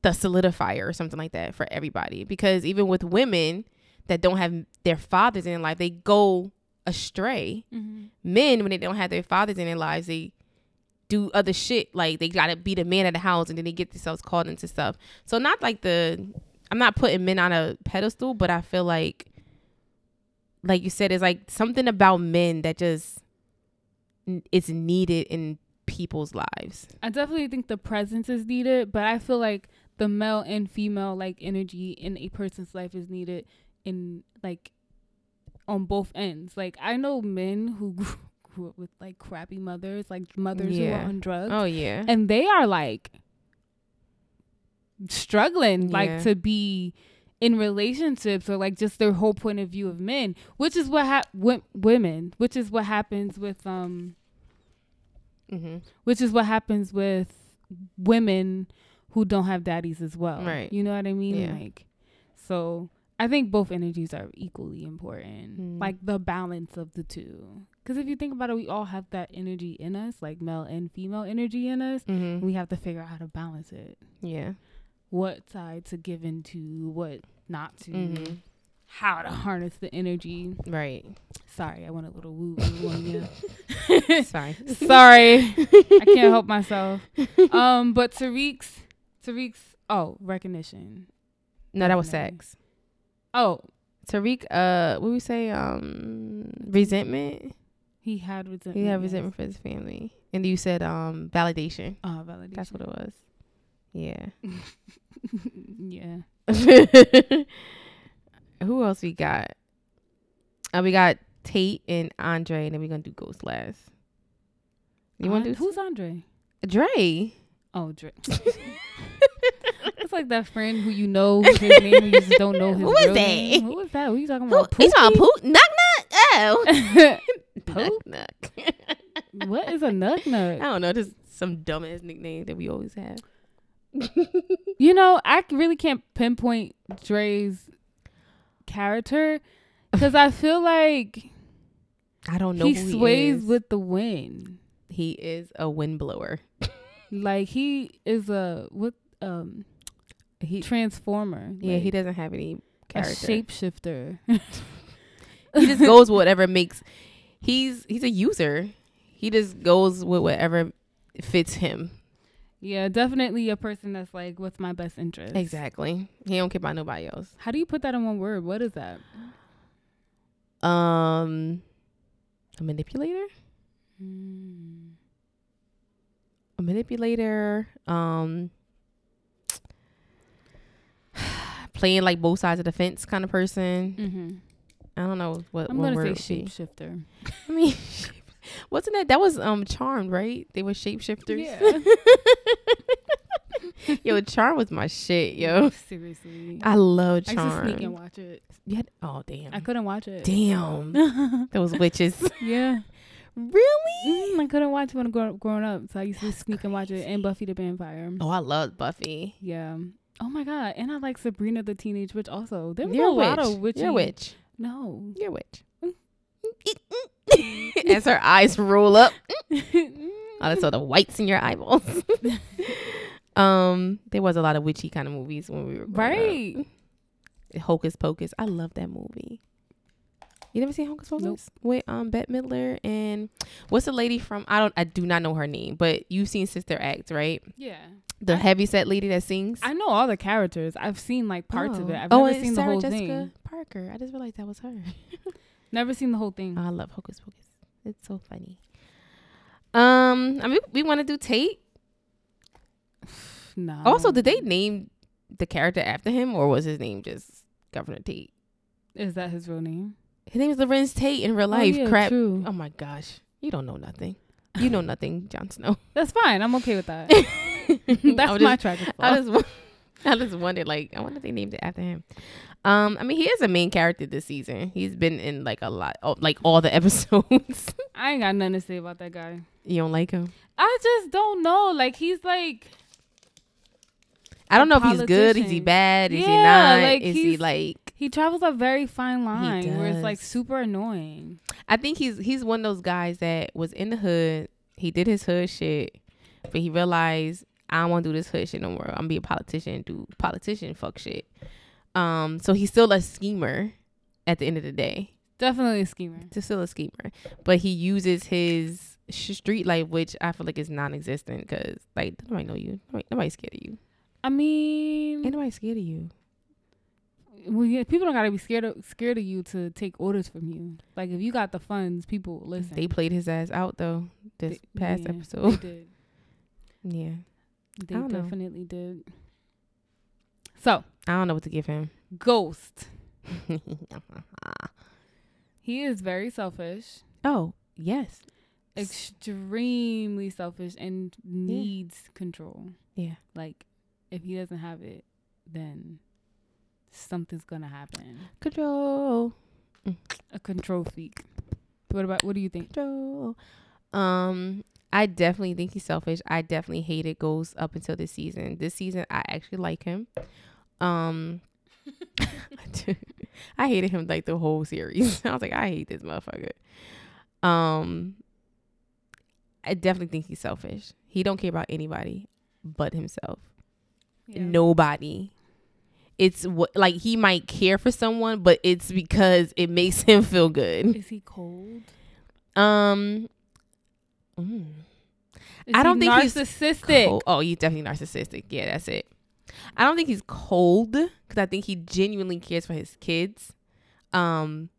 S2: the solidifier or something like that for everybody. Because even with women that don't have their fathers in life, they go astray. Men, when they don't have their fathers in their lives, they do other shit. Like they gotta be the man of the house, and then they get themselves called into stuff. So not like the I'm not putting men on a pedestal, but I feel like, like you said, it's like something about men that just n- it's needed in people's lives.
S1: i definitely think the presence is needed but i feel like the male and female like energy in a person's life is needed in like on both ends like i know men who grew up with like crappy mothers like mothers who
S2: Yeah.
S1: are on drugs
S2: Oh yeah,
S1: and they are like struggling
S2: Yeah.
S1: like to be in relationships or like just their whole point of view of men which is what hap- wo- women which is what happens with um
S2: hmm
S1: which is what happens with women who don't have daddies as well
S2: Right.
S1: you know what i mean
S2: Yeah.
S1: like so i think both energies are equally important
S2: Mm.
S1: like the balance of the two because if you think about it we all have that energy in us like male and female energy in us
S2: hmm
S1: we have to figure out how to balance it.
S2: yeah,
S1: What side to give into, what not to,
S2: hmm
S1: how to harness the energy.
S2: right.
S1: Sorry, I went a little woo woo on you.
S2: It's fine.
S1: Sorry, I can't help myself. Um, but Tariq's Tariq's oh recognition.
S2: No, that was
S1: Definitely.
S2: sex.
S1: Oh,
S2: Tariq, uh, what we say? Um, resentment.
S1: he had resentment.
S2: He had
S1: yes.
S2: resentment for his family, and you said um validation.
S1: Oh, validation.
S2: That's what it was. Yeah.
S1: yeah.
S2: Who else we got? Uh, we got Tate and Andre, and then we're gonna do Ghost last. You want to
S1: An-
S2: do
S1: who's Andre?
S2: Dre?
S1: Oh, Dre. It's like that friend who you know who's his name, you just don't know his
S2: Who is
S1: real
S2: that?
S1: name. Who is that? Who you talking
S2: Who,
S1: about?
S2: he's on
S1: Pookie?
S2: poop. Knock knock. Oh, knock
S1: Poop?
S2: knock.
S1: what is a nug
S2: I
S1: nug?
S2: don't know. Just some dumbass nickname that we always have.
S1: You know, I c- really can't pinpoint Dre's character because I feel like
S2: I don't know.
S1: he
S2: who
S1: sways
S2: is.
S1: with the wind.
S2: He is a windblower.
S1: Like he is a what um
S2: He
S1: transformer.
S2: yeah.
S1: like,
S2: he doesn't have any
S1: a
S2: character.
S1: shapeshifter.
S2: he just goes with whatever makes he's he's a user he just goes with whatever fits him
S1: yeah, definitely a person that's like, what's my best interest?
S2: exactly he don't care about nobody else
S1: How do you put that in one word? What is that?
S2: um a manipulator Mm. a manipulator um playing like both sides of the fence kind of person
S1: Mm-hmm.
S2: i don't know what
S1: I'm
S2: one
S1: gonna
S2: word
S1: say
S2: would be.
S1: shapeshifter.
S2: i mean wasn't that that was um charmed right they were shapeshifters yo charm was my shit yo
S1: seriously.
S2: i love
S1: I used to
S2: charm
S1: sneak and watch it.
S2: You had, oh damn.
S1: I couldn't watch it.
S2: damn. Those witches.
S1: yeah.
S2: Really?
S1: Mm, I couldn't watch when grow- growing up, so I used to sneak and watch it. And Buffy the Vampire.
S2: Oh, I loved Buffy.
S1: Yeah. Oh my god. And I like Sabrina the Teenage Witch also. There was
S2: You're
S1: a
S2: a witch.
S1: lot of witchy.
S2: You're a witch.
S1: No.
S2: You're a witch.
S1: Mm-hmm.
S2: As her eyes roll up. I just saw the whites in your eyeballs. um, there was a lot of witchy kind of movies when we were growing
S1: right.
S2: up. Hocus Pocus. I love that movie. You never seen Hocus Pocus
S1: Nope.
S2: with um Bette Midler and what's the lady from? I don't. I do not know her name, but you've seen Sister Act, right?
S1: Yeah.
S2: The heavyset lady that sings.
S1: I know all the characters. I've seen like parts of it. I've never
S2: and
S1: seen the
S2: Oh. Sarah
S1: whole
S2: Jessica
S1: thing.
S2: Parker. I just realized that was her. Oh,
S1: Never seen the whole thing.
S2: I love Hocus Pocus. It's so funny. Um, I mean, we want to do Tate.
S1: no.
S2: Also, did they name the character after him, or was his name just Governor Tate?
S1: Is that his real name?
S2: His name is Lorenz Tate in real life.
S1: yeah,
S2: Crap.
S1: true.
S2: Oh my gosh, you don't know nothing. You know nothing, Jon Snow.
S1: That's fine. I'm okay with that.
S2: That's
S1: That's my tragic
S2: I
S1: flaw.
S2: just, wa- I just wondered, like, I wonder if they named it after him. Um, I mean, he is a main character this season. He's been in like a lot, oh, like all the episodes.
S1: I ain't got nothing to say about that guy.
S2: you don't like him.
S1: I just don't know. Like he's like
S2: I don't know if he's good. Is he
S1: politician.
S2: bad? Is
S1: Yeah,
S2: he not?
S1: like,
S2: is he
S1: he's-
S2: like?
S1: he travels a very fine line where it's like
S2: does.
S1: super annoying.
S2: I think he's he's one of those guys that was in the hood. He did his hood shit, but he realized I don't want to do this hood shit no more. I'm gonna be a politician and do politician fuck shit. Um, so he's still a schemer at the end of the day.
S1: Definitely a schemer.
S2: He's still a schemer, but he uses his sh- street life, which I feel like is non-existent because like nobody know you. Nobody, nobody's scared of you.
S1: I mean,
S2: Ain't nobody scared of you.
S1: well, yeah, people don't gotta be scared of scared of you to take orders from you. Like if you got the funds, people will listen.
S2: They played his ass out though this
S1: They-
S2: past
S1: yeah, They
S2: episode.
S1: did.
S2: yeah,
S1: They
S2: don't know.
S1: definitely did. So
S2: I don't know what to give him.
S1: Ghost, he is very selfish,
S2: oh yes,
S1: extremely selfish, and needs control.
S2: yeah.
S1: Like if he doesn't have it, then something's gonna happen.
S2: control
S1: A control freak. What about what do you think?
S2: control um i definitely think he's selfish i definitely hated ghost up until this season this season i actually like him um i hated him like the whole series i was like i hate this motherfucker um i definitely think he's selfish he don't care about anybody but himself nobody. It's what like he might care for someone, but it's because it makes him feel good.
S1: Is he cold?
S2: Um, mm,
S1: Is
S2: I don't
S1: he
S2: think he's
S1: narcissistic.
S2: cold- Oh, he's definitely narcissistic. Yeah, that's it. I don't think he's cold because I think he genuinely cares for his kids. Um,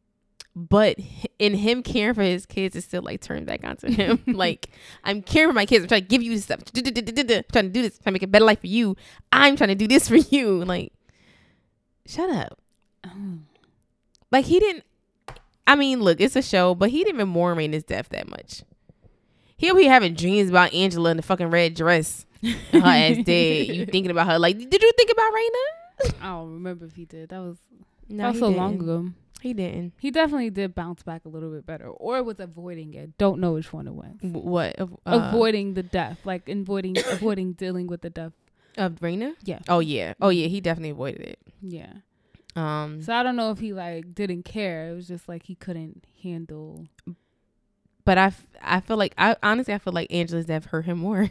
S2: but h- in him caring for his kids, it's still like turned back onto him. like I'm caring for my kids. I'm trying to give you this stuff. I'm trying to do this. trying to make a better life for you. I'm trying to do this for you. Like, shut up.
S1: Oh.
S2: Like he didn't. I mean, look, it's a show, but he didn't even mourn his death that much. He'll be having dreams about Angela in the fucking red dress, and her ass dead. You thinking about her? Like, did you think about Raina? Oh,
S1: I don't remember if he did. That was
S2: No,
S1: that was so long ago.
S2: He didn't.
S1: He definitely did bounce back a little bit better, or was avoiding it. Don't know which one it was.
S2: W- What of uh,
S1: avoiding the death, like avoiding avoiding dealing with the death.
S2: of Raina?
S1: Yeah.
S2: Oh yeah. Oh yeah. He definitely avoided it.
S1: Yeah.
S2: Um,
S1: So I don't know if he like didn't care. It was just like he couldn't handle.
S2: but I, f- I feel like I honestly I feel like Angela's death hurt him more.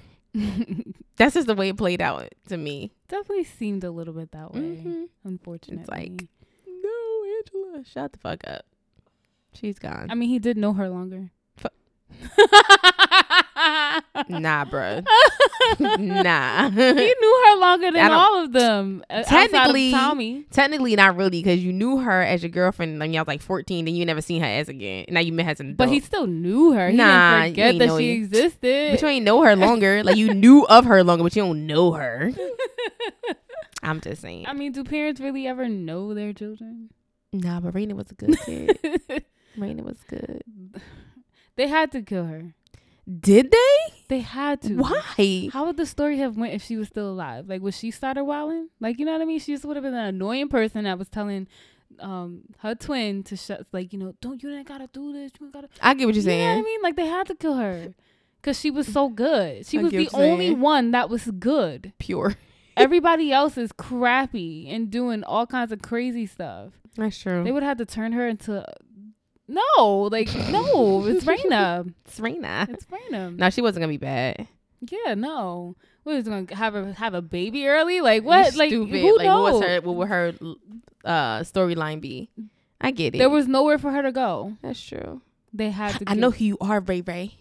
S2: That's just the way it played out to me.
S1: definitely seemed a little bit that way.
S2: Mhm.
S1: Unfortunately,
S2: No, Angela, shut the fuck up. She's gone.
S1: I mean, he did know her longer.
S2: Fu-
S1: nah.
S2: nah, bruh. nah.
S1: He knew her longer
S2: I
S1: than
S2: don't-
S1: all of them. uh, outside of
S2: Technically-
S1: Tommy.
S2: Technically, not really, because you knew her as your girlfriend when y'all was like 14, and you never seen her as again. Now you met her as an
S1: But
S2: adult.
S1: he still knew her. He
S2: Nah, you
S1: didn't forget
S2: ain't
S1: that
S2: know
S1: she
S2: you.
S1: existed.
S2: But you ain't know her longer. like, you knew of her longer, but you don't know her. I'm just saying.
S1: I mean, do parents really ever know their children?
S2: Nah, but Raina was a good kid. Raina was good.
S1: they had to kill her.
S2: Did they?
S1: They had to.
S2: Why?
S1: How would the story have went if she was still alive? Like, would she started wilding? Like, you know what I mean? She just would have been an annoying person that was telling um her twin to shut like you know don't you didn't gotta do this you ain't gotta
S2: I get what you're
S1: you know what I
S2: saying.
S1: mean like they had to kill her because she was so good she
S2: I
S1: was
S2: get
S1: the
S2: what you're
S1: only
S2: saying.
S1: one that was good
S2: Pure.
S1: everybody else is crappy and doing all kinds of crazy stuff
S2: That's true.
S1: they would have to turn her into no like no it's Raina
S2: Serena.
S1: it's Raina
S2: No, she wasn't gonna be bad.
S1: Yeah, no. We was gonna have her have a baby early. Like what?
S2: You
S1: like
S2: stupid.
S1: who
S2: like
S1: knows?
S2: what was her what would her uh storyline be? I get it.
S1: There was nowhere for her to go.
S2: That's true.
S1: They had to.
S2: I
S1: give-
S2: know who you are, Ray Ray.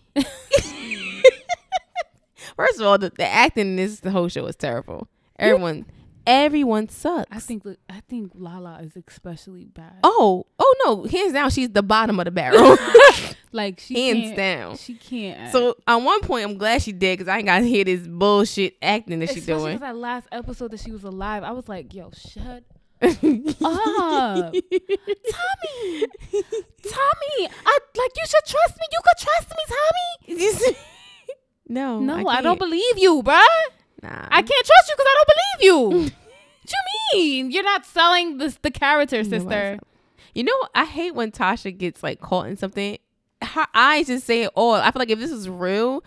S2: First of all, the, the acting in this the whole show was terrible. Everyone everyone sucks.
S1: I think. I think Lala is especially bad.
S2: Oh, oh no, hands down, she's the bottom of the barrel.
S1: like she
S2: hands
S1: can't,
S2: down.
S1: She can't. act.
S2: So at one point I'm glad she did because I ain't gotta hear this bullshit acting that she's
S1: Especially
S2: doing.
S1: 'cause that last episode that she was alive, I was like, "Yo, shut
S2: Tommy.
S1: up, Tommy! I like you should trust me. You could trust me, Tommy.
S2: no,
S1: No, I,
S2: Oh, can't. Mm.
S1: don't believe you, bruh.
S2: Nah.
S1: I can't trust you because I don't believe you. what you mean? You're not selling this the character,
S2: No, I
S1: sister.
S2: don't. You know, I hate when Tasha gets like caught in something. Her eyes just say it all. I feel like if this is real,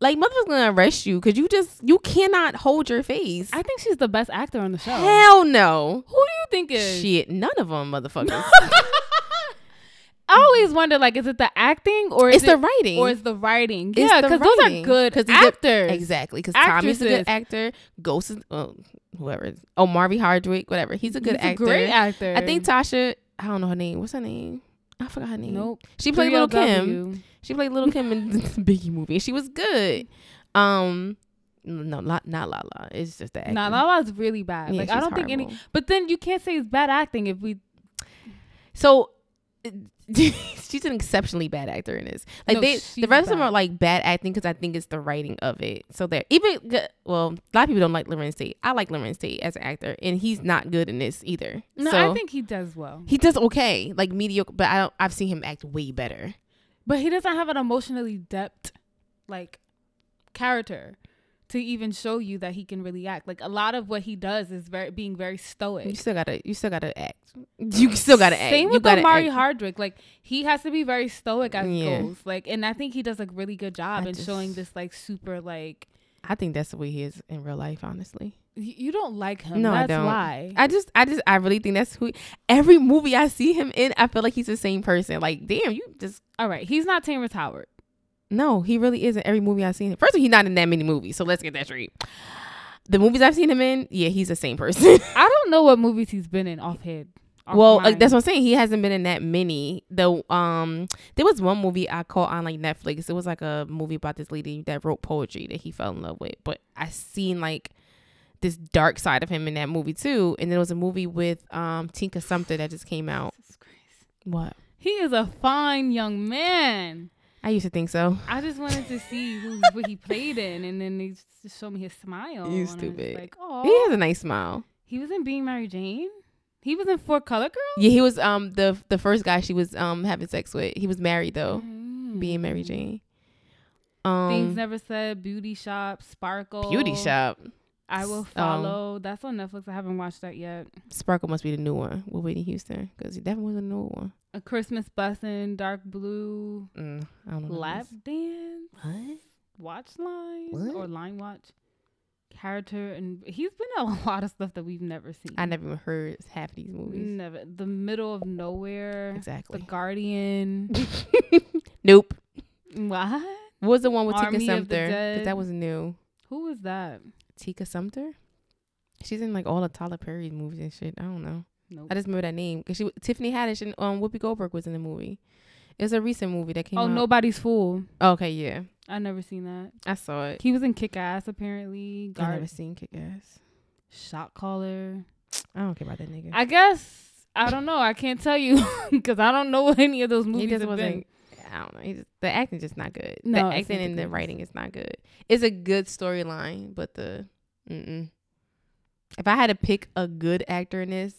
S2: like motherfucker's gonna arrest you because you just you cannot hold your face.
S1: I think she's the best actor on the show.
S2: Hell no.
S1: Who do you think is?
S2: Shit, none of them motherfuckers.
S1: I always wonder, like, is it the acting or is
S2: it's the
S1: it,
S2: writing.
S1: or is the writing?
S2: It's
S1: yeah,
S2: the
S1: because those are
S2: writing.
S1: good
S2: 'Cause these are-
S1: actors.
S2: Exactly, because Tommy's a
S1: Actresses.
S2: good actor. Ghost is oh, whoever. it is. Oh, Marvy Hardwick, whatever. He's a good
S1: He's a
S2: actor.
S1: great actor.
S2: I think Tasha. I don't know her name. What's her name? I forgot her name.
S1: nope.
S2: She played Little Kim.
S1: 3LW.
S2: She played Little Kim in the Biggie movie. She was good. Um, no, not not Lala. It's just the acting.
S1: Nah, Lala's really bad.
S2: Yeah,
S1: like, I
S2: she's
S1: don't think any.
S2: horrible.
S1: But then you can't say it's bad acting if we.
S2: So she's an exceptionally bad actor in this. Like
S1: No,
S2: they,
S1: she's
S2: the rest of them
S1: bad.
S2: are like bad acting because I think it's the writing of it. So there, even g- well, a lot of people don't like Lorenz Tate. I like Lorenz Tate as an actor, and he's not good in this either.
S1: No,
S2: so
S1: I think he does well,
S2: he does okay, like mediocre. But I don't, I've seen him act way better.
S1: but he doesn't have an emotionally depth, like, character. To even show you that he can really act, like a lot of what he does is very being very stoic.
S2: You still gotta, you still gotta act. You still gotta act.
S1: Uh, Same
S2: you
S1: with
S2: gotta
S1: Omari
S2: act.
S1: Hardwick. Like he has to be very stoic as
S2: Yeah.
S1: goes. Like, and I think he does a really good job
S2: I
S1: in showing
S2: just-
S1: this like super like
S2: I think that's the way he is in real life, honestly.
S1: y- you don't like him.
S2: No, I
S1: That's
S2: don't.
S1: why.
S2: I just, I just, I really think that's who. Every movie I see him in, I feel like he's the same person. Like, damn, you just
S1: All right, he's not Tamra Howard.
S2: no, he really isn't. Every movie I've seen him. First of all, he's not in that many movies, so let's get that straight. The movies I've seen him in, yeah, he's the same person.
S1: I don't know what movies he's been in offhand. off
S2: well, like,
S1: mind.
S2: that's what I'm saying. He hasn't been in that many. Though, um, there was one movie I caught on like Netflix. It was like a movie about this lady that wrote poetry that he fell in love with. But I seen like this dark side of him in that movie too. And there was a movie with um Tinka Sumter that just came out.
S1: Jesus Christ.
S2: What?
S1: He is a fine young man.
S2: I used to think so.
S1: I just wanted to see who what he played in, and then they just showed me his smile.
S2: You
S1: and I was
S2: stupid.
S1: Like,
S2: He
S1: oh,
S2: has a nice smile.
S1: he was in Being Mary Jane. He was in Four Color Girl.
S2: Yeah, he was um the the first guy she was um having sex with. He was married though, Oh. being Mary
S1: Mm.
S2: Jane.
S1: Things
S2: Um,
S1: Never Said, Beauty Shop, Sparkle.
S2: Beauty Shop.
S1: I Will
S2: Um,
S1: Follow. That's on Netflix. I haven't watched that yet.
S2: Sparkle must be the new one with Whitney Houston because he definitely was a new one.
S1: A Christmas Bussin', Dark Blue,
S2: Mm, I don't know.
S1: Lap Dance,
S2: What?
S1: Watch Line,
S2: What?
S1: or Line Watch. Character. And he's been in a lot of stuff that we've never seen.
S2: I never even heard half of these movies.
S1: Never. The Middle of Nowhere. The
S2: Exactly.
S1: Guardian.
S2: nope.
S1: what?
S2: What was the one with
S1: Army
S2: Tika
S1: of the
S2: Sumter? 'Cause
S1: Dead.
S2: that was new.
S1: Who was that?
S2: Tika Sumter? She's in like all the Tyler Perry movies and shit. I don't know.
S1: Nope.
S2: I just remember that name because she was- Tiffany Haddish and um Whoopi Goldberg was in the movie. It was a recent movie that came
S1: Oh,
S2: out.
S1: Nobody's Fool.
S2: Okay, yeah,
S1: I never seen that.
S2: I saw it.
S1: He was in Kick Ass apparently.
S2: I never
S1: Guard,
S2: seen Kick Ass.
S1: Shot Caller.
S2: I don't care about that nigga.
S1: I guess I don't know. I can't tell you because I don't know what any of those
S2: he
S1: movies
S2: just
S1: have been.
S2: wasn't. I don't know. He just, the acting just not good.
S1: No,
S2: the
S1: it's
S2: acting
S1: not
S2: and
S1: the
S2: the
S1: good.
S2: writing is not good. It's a good storyline, but the mm-mm. if I had to pick a good actor in this,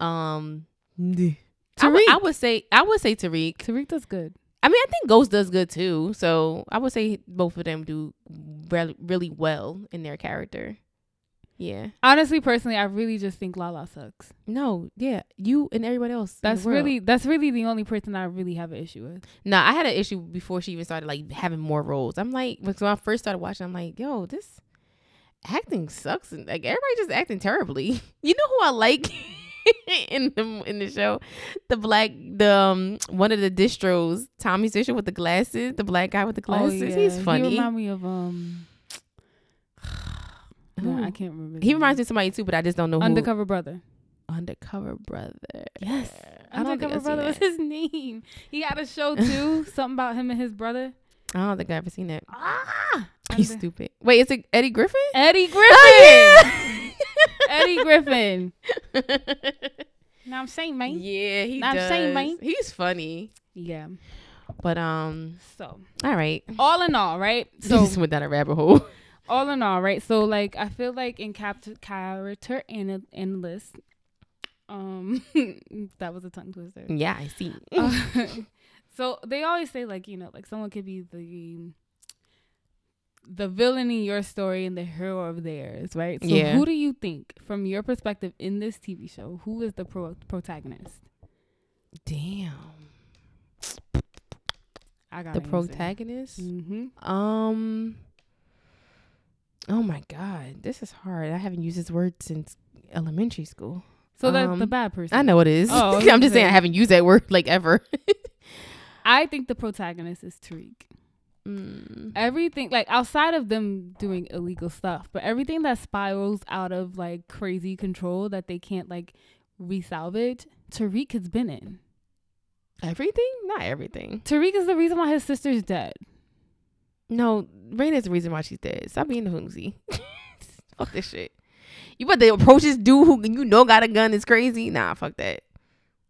S2: um, Tariq, I would- I would say I would say Tariq.
S1: Tariq does good.
S2: I mean, I think Ghost does good too. So I would say both of them do re- really well in their character. Yeah.
S1: Honestly, personally, I really just think Lala sucks.
S2: No. Yeah. You and everybody else. in the
S1: That's
S2: world.
S1: really that's really the only person I really have an issue with.
S2: No, I had an issue before she even started like having more roles. I'm like, because when I first started watching, I'm like, yo, this acting sucks, and like everybody just acting terribly. You know who I like in the in the show, the black, the um, one of the distros, Tommy Fisher with the glasses, the black guy with the glasses. Oh, He's funny.
S1: Oh, He
S2: He,
S1: reminds me of um. nah,
S2: Who?
S1: I can't remember.
S2: reminds me of somebody too, but I just don't know who.
S1: Undercover Brother.
S2: Undercover brother.
S1: Yes.
S2: I don't think I've
S1: Undercover
S2: seen
S1: Brother was
S2: that.
S1: his name. He had a show too. something about him and his brother.
S2: I don't think I've ever seen that.
S1: Ah,
S2: You stupid. Wait, is it Eddie Griffin?
S1: Eddie Griffin.
S2: Oh, yeah.
S1: Eddie Griffin. Now I'm saying, man.
S2: Yeah, he
S1: Not
S2: does.
S1: saying, mate.
S2: He's funny,
S1: Yeah.
S2: but um,
S1: So
S2: all right.
S1: all in all, right?
S2: So
S1: So
S2: just went down a rabbit hole.
S1: all in all, right? So like I feel like in capt- character and analyst, um, that was a tongue twister.
S2: yeah, I see.
S1: Uh, so they always say like you know like someone could be the the villain in your story and the hero of theirs, right? So
S2: Yeah.
S1: who do you think, from your perspective in this TV show, who is the pro- protagonist?
S2: Damn,
S1: I got
S2: the protagonist.
S1: hmm
S2: Um, oh my god, this is hard. I haven't used this word since elementary school.
S1: So that's the
S2: Um,
S1: bad person.
S2: I know it is.
S1: Oh,
S2: I'm just saying
S1: okay.
S2: I haven't used that word like ever.
S1: I think the protagonist is Tariq.
S2: Mm.
S1: Everything like outside of them doing illegal stuff, but everything that spirals out of like crazy control that they can't like resalvage, Tariq has been in.
S2: Everything? Not everything.
S1: Tariq is the reason why his sister's dead.
S2: No, Rain is the reason why she's dead. Stop being the hoomsy. fuck this shit. You about to approach this dude who you know got a gun is crazy? Nah, fuck that.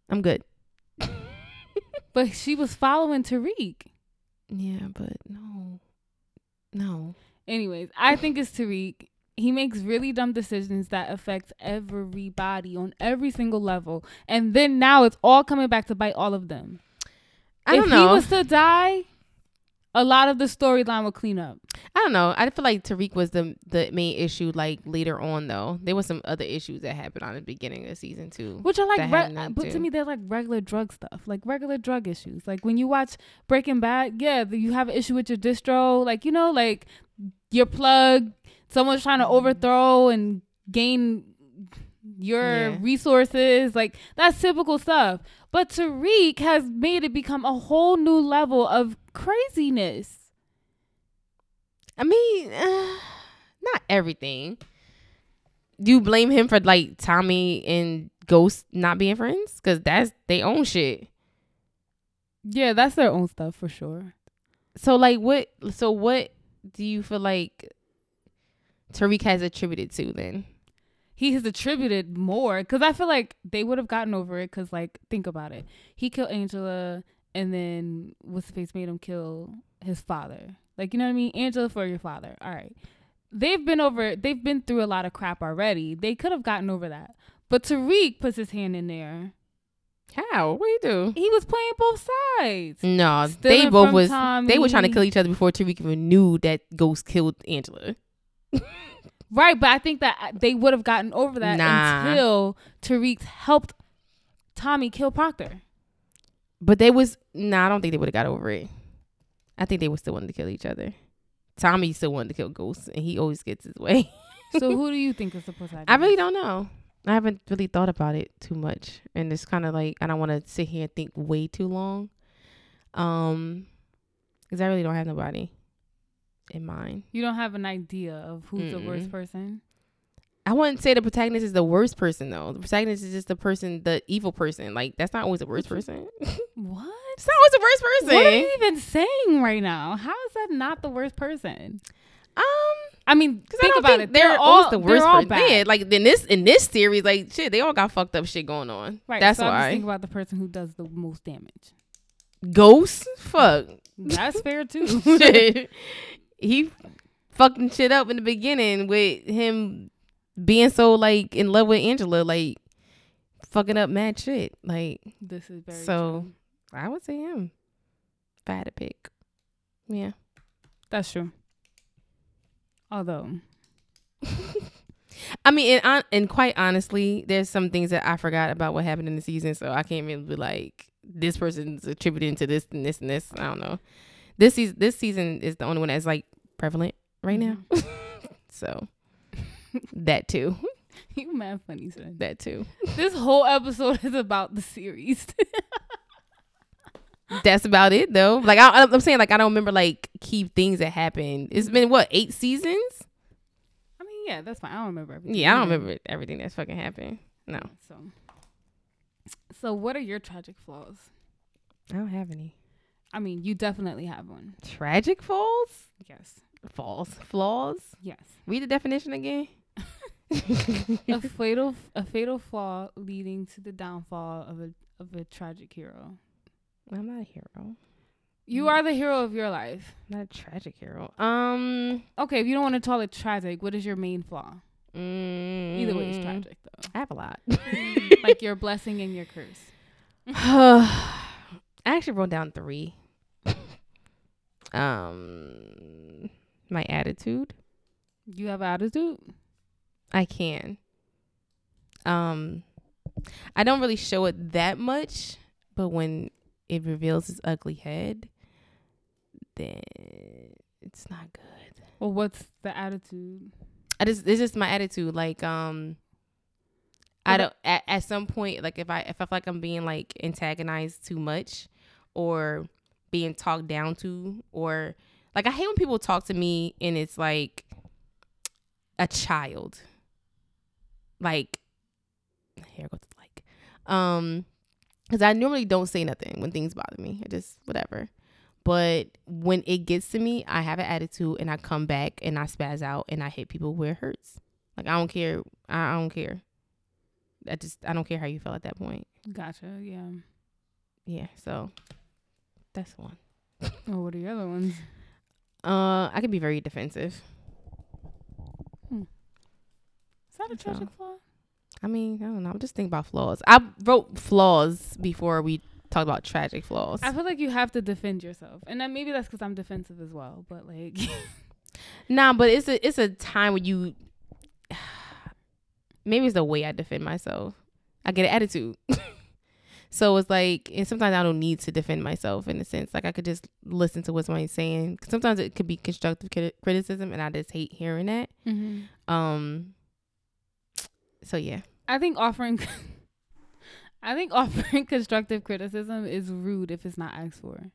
S2: I'm good.
S1: But she was following Tariq.
S2: yeah, but no. No.
S1: Anyways, I think it's Tariq. He makes really dumb decisions that affect everybody on every single level. And then now it's all coming back to bite all of them.
S2: I
S1: if
S2: don't know.
S1: he was to die, a lot of the storyline would clean up.
S2: I don't know. I feel like Tariq was the the main issue like later on though. There was some other issues that happened on the beginning of season 2.
S1: Which are
S2: That
S1: like,
S2: had
S1: re-
S2: nothing
S1: but
S2: to
S1: to
S2: do.
S1: me, they're like regular drug stuff, like regular drug issues. Like when you watch Breaking Bad, yeah, th- you have an issue with your distro, like you know, like your plug, someone's trying
S2: Mm-hmm.
S1: to overthrow and gain your
S2: Yeah.
S1: resources, like that's typical stuff. But Tariq has made it become a whole new level of craziness.
S2: I mean, uh, not everything. Do you blame him for like Tommy and Ghost not being friends? Cuz that's they own shit.
S1: Yeah, that's their own stuff for sure.
S2: So like what so what do you feel like Tariq has attributed to then?
S1: he has attributed more because I feel like they would have gotten over it. Because like, think about it. He killed Angela, and then what's the face made him kill his father. Like, you know what I mean? Angela for your father. All right. They've been over. They've been through a lot of crap already. They could have gotten over that. But Tariq puts his hand in there.
S2: How? What do you do?
S1: He was playing both sides.
S2: No,
S1: Stealing
S2: they both
S1: from
S2: was
S1: Tommy.
S2: they were trying to kill each other before Tariq even knew that Ghost killed Angela.
S1: Right, but I think that uh, they would have gotten over that
S2: Nah.
S1: until Tariq helped Tommy kill Proctor.
S2: But they was no, I don't think they would have got over it. I think they were still wanting to kill each other. Tommy still wanted to kill Ghost, and he always gets his way.
S1: So who do you think is the protagonist?
S2: I really don't know. I haven't really thought about it too much, and it's kind of like I don't want to sit here and think way too long, um, because I really don't have nobody in mind.
S1: You don't have an idea of who's the worst
S2: Mm-mm.
S1: person.
S2: I wouldn't say the protagonist is the worst person though. The protagonist is just the person, the evil person. Like that's not always the worst person.
S1: What?
S2: it's not always the worst
S1: What are
S2: person.
S1: you even saying right now? How is that not the worst person?
S2: Um,
S1: I mean,
S2: Cause
S1: think
S2: I don't
S1: about
S2: think
S1: it.
S2: They're,
S1: They're all
S2: always the worst
S1: they're all
S2: person.
S1: bad.
S2: Yeah, like in this in this series, like shit, they all got fucked up shit going on.
S1: right.
S2: That's
S1: so I'm just
S2: why
S1: thinking about the person who does the most damage.
S2: Ghost, fuck
S1: That's fair too.
S2: shit. He fucking shit up in the beginning with him being so like in love with Angela, like fucking up mad shit. Like
S1: this is very
S2: So-
S1: true.
S2: I would say him. If I had to pick, yeah.
S1: That's true. Although
S2: I mean, and, hon- and quite honestly, there's some things that I forgot about what happened in the season, so I can't really be like this person's attributing to this and this and this. I don't know. This season, this season is the only one that's like prevalent right now.
S1: Mm-hmm.
S2: so that too,
S1: You mad funny, son.
S2: that too.
S1: This whole episode is about the series.
S2: That's about it though. Like I, I'm saying, like I don't remember like key things that happened. It's been what eight seasons?
S1: I mean, yeah, that's fine. I don't remember everything.
S2: Yeah, I don't remember everything that's fucking happened. No,
S1: So, so what are your tragic flaws?
S2: I don't have any
S1: I mean, you definitely have one.
S2: tragic falls.
S1: Yes.
S2: Falls, flaws.
S1: Yes.
S2: Read the definition again.
S1: a fatal a fatal flaw leading to the downfall of a of a tragic hero.
S2: I'm not a hero.
S1: You are the hero of your life.
S2: I'm not a tragic hero. Um.
S1: Okay, if you don't want to call it tragic, what is your main flaw? Either way, it's
S2: mm,
S1: tragic though.
S2: I have a lot.
S1: like your blessing and your curse.
S2: I actually wrote down three. Um, my attitude.
S1: You have attitude.
S2: I can. Um, I don't really show it that much, but when it reveals its ugly head, then it's not good.
S1: Well, what's the attitude?
S2: I just it's just my attitude. Like um, I
S1: Well,
S2: don't at, at some point like if I if I feel like I'm being like antagonized too much, or being talked down to, or like I hate when people talk to me and it's like a child. Like here goes the like, um, because I normally don't say nothing when things bother me. I just whatever. But when it gets to me, I have an attitude and I come back and I spaz out and I hit people where it hurts. Like I don't care. I, I don't care. I just I don't care how you feel at that point.
S1: Gotcha. Yeah.
S2: Yeah. So that's one.
S1: Well, what are the other ones?
S2: Uh, I can be very defensive.
S1: Is that a
S2: So-
S1: tragic flaw?
S2: I mean, I don't know. I'm just thinking about flaws. I wrote flaws before we talked about tragic flaws.
S1: I feel like you have to defend yourself, and then maybe that's because I'm defensive as well. But like,
S2: Nah, but it's a it's a time when you maybe it's the way I defend myself. I get an attitude. so it's like and sometimes I don't need to defend myself in a sense. Like I could just listen to what somebody's saying. 'Cause Sometimes it could be constructive criti- criticism and I just hate hearing that.
S1: Mm-hmm.
S2: Um so yeah.
S1: I think offering, I think offering constructive criticism is rude if it's not asked for.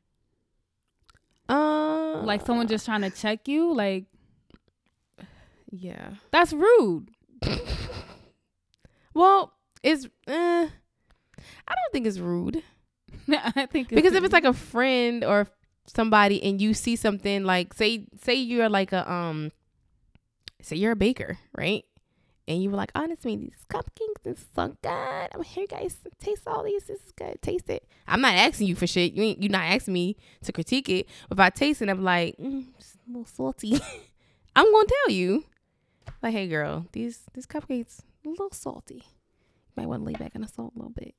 S2: Um
S1: Like someone just trying to check you, like
S2: Yeah.
S1: that's rude.
S2: well, it's uh, I don't think it's rude.
S1: I think
S2: because if it's like a friend or somebody and you see something like say say you're like a um say you're a baker right and you were like oh this made these cupcakes this is so good i'm here guys taste all these this is good taste it i'm not asking you for shit you ain't you not asking me to critique it if i taste it i'm like mm, it's a little salty i'm gonna tell you like hey girl these these cupcakes a little salty you might want to lay back on the salt a little bit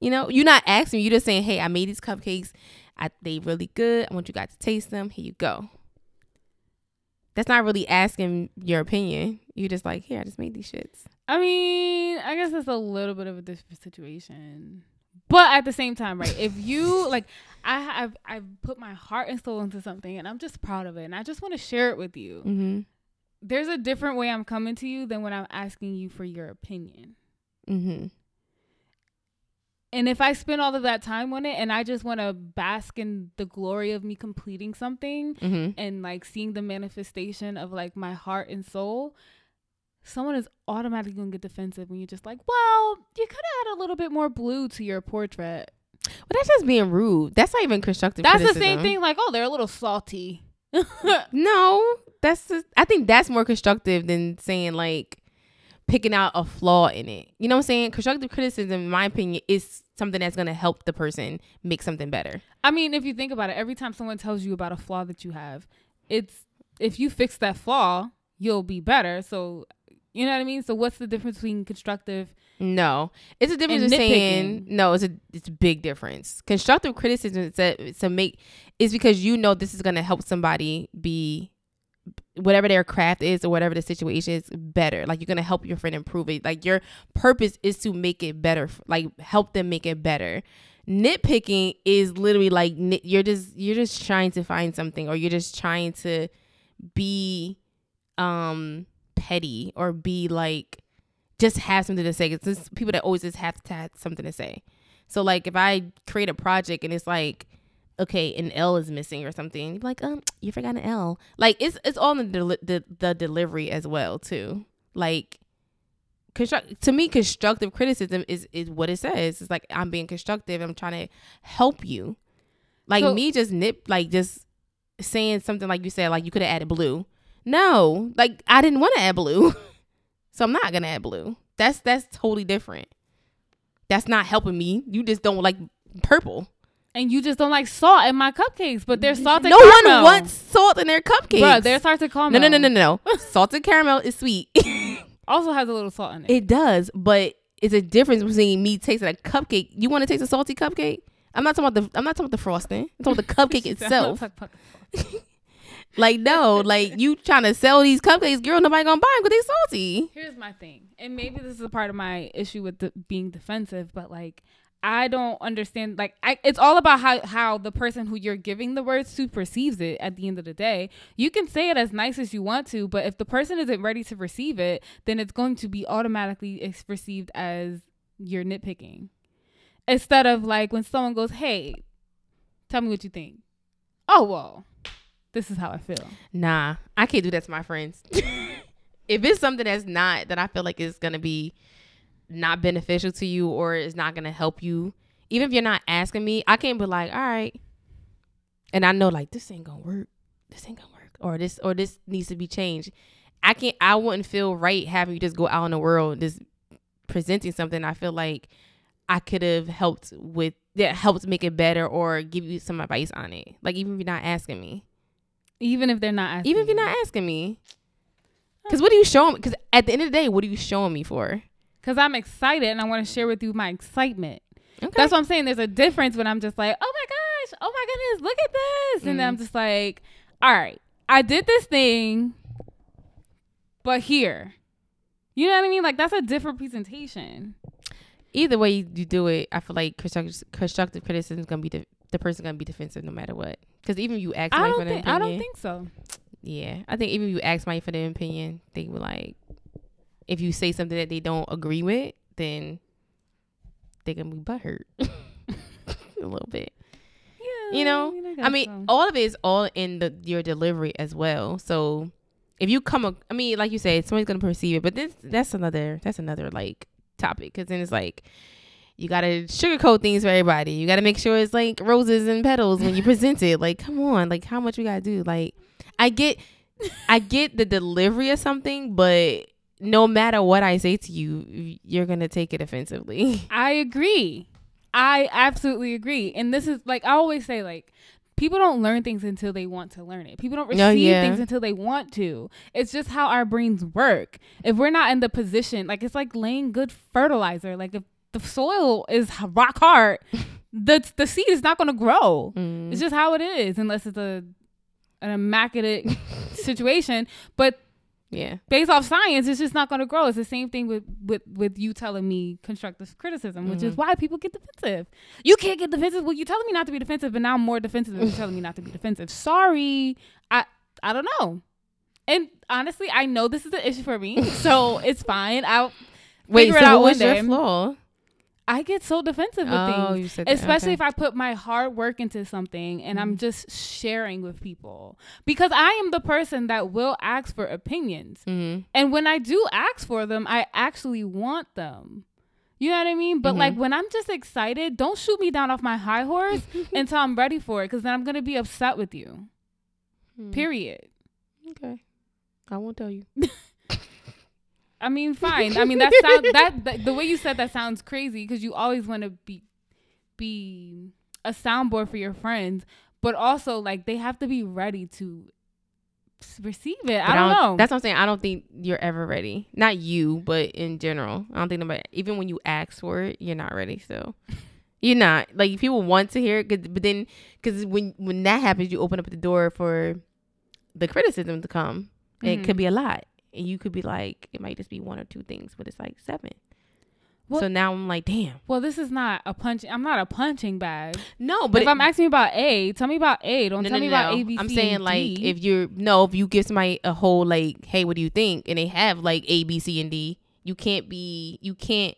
S2: you know, you're not asking me. You're just saying, "Hey, I made these cupcakes. I, they really good. I want you guys to taste them. Here you go." That's not really asking your opinion. You're just like, "Here, I just made these shits."
S1: I mean, I guess that's a little bit of a different situation. But at the same time, right? If you like, I have I've put my heart and soul into something, and I'm just proud of it, and I just want to share it with you.
S2: Mm-hmm.
S1: There's a different way I'm coming to you than when I'm asking you for your opinion.
S2: Mm-hmm.
S1: And if I spend all of that time on it, and I just want to bask in the glory of me completing something,
S2: Mm-hmm.
S1: and like seeing the manifestation of like my heart and soul, someone is automatically gonna get defensive when you're just like, well, you could have had a little bit more blue to your portrait.
S2: But that's just being rude. That's not even constructive.
S1: That's the
S2: criticism.
S1: same thing. Like, oh, they're a little salty.
S2: No, that's just, I think that's more constructive than saying like picking out a flaw in it. You know what I'm saying? Constructive criticism, in my opinion, is something that's gonna help the person make something better.
S1: I mean, if you think about it, every time someone tells you about a flaw that you have, it's if you fix that flaw, you'll be better. So, you know what I mean. So, what's the difference between constructive?
S2: No, it's a difference.
S1: And
S2: Of saying
S1: nitpicking.
S2: no, it's a it's a big difference. Constructive criticism is to, to make is because you know this is gonna help somebody be whatever their craft is or whatever the situation is better like you're gonna help your friend improve it like your purpose is to make it better f- like help them make it better nitpicking is literally like nit- you're just you're just trying to find something or you're just trying to be um petty or be like just have something to say it's just people that always just have to have something to say so like if i create a project and it's like okay an l is missing or something you're like um you forgot an l like it's it's all in the, deli- the the delivery as well too like construct to me constructive criticism is is what it says it's like i'm being constructive i'm trying to help you like
S1: So-
S2: me just nip like just saying something like you said like you could have added blue no like i didn't want to add blue so i'm not gonna add blue that's that's totally different that's not helping me you just don't like purple
S1: And you just don't like salt in my cupcakes, but they're salted.
S2: no one
S1: caramel.
S2: wants salt in their cupcakes
S1: Bruh, they're salted caramel.
S2: no no no no no salted caramel is sweet
S1: Also has a little salt in it.
S2: It does, but it's a difference between me tasting a cupcake. You want to taste a salty cupcake? I'm not talking about the I'm not talking about the frosting. I'm talking about the cupcake
S1: She said,
S2: itself.
S1: "I'm not talking
S2: Like no, like you trying to sell these cupcakes, girl. Nobody gonna buy them because they salty.
S1: Here's my thing, and maybe this is a part of my issue with the, being defensive, but like I don't understand. Like I, it's all about how how the person who you're giving the words to perceives it. At the end of the day, you can say it as nice as you want to, but if the person isn't ready to receive it, then it's going to be automatically it's perceived as you're nitpicking. Instead of like when someone goes, "Hey, tell me what you think." Oh well, this is how I feel.
S2: Nah, I can't do that to my friends. if it's something that's not that I feel like is gonna be not beneficial to you or is not gonna help you, even if you're not asking me, I can't be like, all right. And I know like this ain't gonna work. This ain't gonna work. Or this or this needs to be changed. I can't I wouldn't feel right having you just go out in the world and just presenting something I feel like I could have helped with that helped make it better or give you some advice on it. Like even if you're not asking me
S1: Even if they're not, asking
S2: even if you're not asking me. Because what do you show Because at the end of the day, what are you showing me for?
S1: because I'm excited and I want to share with you my excitement.
S2: Okay.
S1: That's what I'm saying. There's a difference when I'm just like, oh my gosh, oh my goodness, look at this. And then
S2: Mm.
S1: I'm just like, all right, I did this thing, but here. You know what I mean? Like, that's a different presentation.
S2: Either way you, you do it, I feel like constructive, constructive criticism is gonna be de- the person gonna be defensive no matter what. Because even if you ask, somebody
S1: I don't
S2: for
S1: think
S2: their
S1: I
S2: opinion,
S1: don't think so.
S2: Yeah, I think even if you ask somebody for their opinion, they were like, if you say something that they don't agree with, then they can be butthurt a little bit.
S1: Yeah.
S2: you know i
S1: guess
S2: mean
S1: so.
S2: all of it is all in the your delivery as well so if you come a, i mean like you said somebody's gonna perceive it but this that's another that's another like topic because then it's like you gotta sugarcoat things for everybody you gotta make sure it's like roses and petals when you present it like come on like how much we gotta do like i get i get the delivery of something but no matter what i say to you you're gonna take it offensively
S1: I agree. I absolutely agree. And this is like I always say like people don't learn things until they want to learn it. People don't receive
S2: Oh, yeah.
S1: things until they want to. It's just how our brains work. If we're not in the position, like it's like laying good fertilizer. Like if the soil is h- rock hard, the the seed is not going to grow.
S2: Mm,
S1: It's just how it is unless it's a an immaculate situation, but
S2: yeah
S1: based off science, it's just not going to grow. It's the same thing with with with you telling me constructive criticism, which
S2: Mm-hmm.
S1: is why people get defensive. You can't get defensive. Well, you're telling me not to be defensive, but now I'm more defensive than you're telling me not to be defensive. Sorry, I I don't know. And honestly, I know this is an issue for me, so it's fine. I'll
S2: wait
S1: figure it
S2: so
S1: out
S2: what's
S1: one
S2: your
S1: day.
S2: flaw
S1: I get so defensive with
S2: Oh,
S1: things,
S2: you said that.
S1: especially
S2: Okay. Mm-hmm.
S1: if I put my hard work into something and I'm just sharing with people because I am the person that will ask for opinions.
S2: mm-hmm.
S1: And when I do ask for them, I actually want them. You know what I mean? But like when I'm just excited, don't shoot me down off my high horse until I'm ready for it, because then I'm gonna be upset with you.
S2: Hmm.
S1: Period.
S2: Mm-hmm. Okay. I won't tell you.
S1: I mean, fine. I mean, that sound that, that the way you said that sounds crazy because you always want to be be a soundboard for your friends, but also like they have to be ready to s- receive it. I don't, know.
S2: That's what I'm saying. I don't think you're ever ready. Not you, but in general. I don't think nobody, even when you ask for it, you're not ready. So you're not. Like, people want to hear it, 'cause- but then, because when, when that happens, you open up the door for the criticism to come. It could be a
S1: Mm-hmm.
S2: lot. And you could be like, it might just be one or two things, but it's like seven.
S1: Well-
S2: so now I'm like, damn.
S1: Well, this is not a punch. I'm not a punching bag.
S2: No,
S1: But
S2: but
S1: if I'm asking you about A, tell me about A. Don't tell me about A, B,
S2: I'm
S1: C,
S2: saying
S1: and
S2: like
S1: D.
S2: if you're no, if you give somebody a whole like, hey, what do you think? And they have like A, B, C, and D. You can't be you can't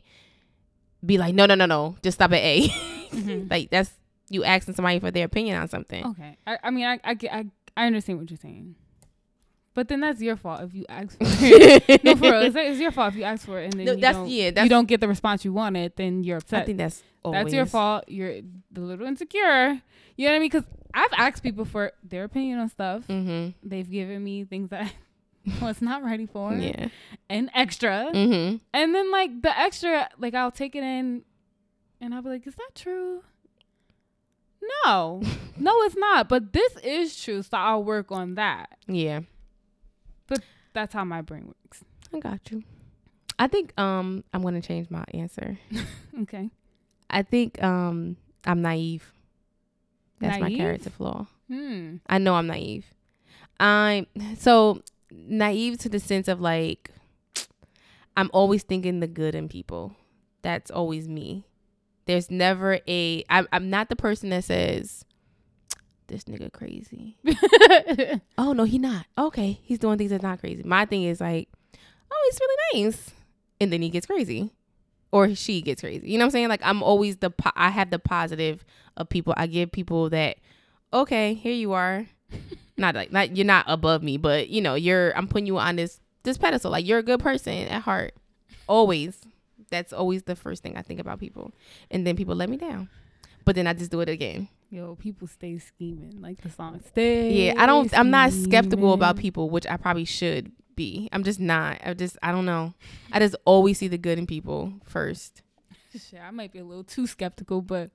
S2: be like, no, no, no, no, just stop at A.
S1: Mhm.
S2: like that's you asking somebody for their opinion on something.
S1: okay. I, I mean, I, I, get- I, I understand what you're saying. But then that's your fault if you ask for it. Oh. no, for real. It's, it's your fault if you ask for it and then
S2: No,
S1: you,
S2: that's-
S1: don't,
S2: yeah,
S1: you
S2: that's-
S1: don't get the response you wanted, then you're upset.
S2: I think that's
S1: that's your
S2: always-
S1: fault. You're a little insecure. You know what I mean? Because I've asked people for their opinion on stuff.
S2: Mhm.
S1: They've given me things that I was not ready for
S2: Yeah.
S1: and extra.
S2: Mhm.
S1: And then like the extra, like I'll take it in and I'll be like, is that true? No. no, it's not. But this is true. So I'll work on that.
S2: Yeah.
S1: That's how my brain works.
S2: I got you. I think um I'm gonna change my answer.
S1: Okay.
S2: I think um I'm naive. That's my
S1: Naive?
S2: character flaw.
S1: Hmm.
S2: I know I'm naive. I'm so naive to the sense of like I'm always thinking the good in people. That's always me. There's never a I'm I'm not the person that says this nigga crazy. oh no, he not. Okay, he's doing things that's not crazy. My thing is like, oh, he's really nice, and then he gets crazy, or she gets crazy. You know what I'm saying? Like I'm always the po- I have the positive of people. I give people that okay, here you are. not like not you're not above me, but you know you're. I'm putting you on this this pedestal. Like you're a good person at heart. Always. That's always the first thing I think about people, and then people let me down. But then I just do it again.
S1: Yo, people stay scheming like the song. Stay.
S2: Yeah, I don't. I'm not skeptical about
S1: scheming.
S2: people, which I probably should be. I'm just not. I just. I don't know. I just always see the good in people first.
S1: Shit, I might be a little too skeptical, but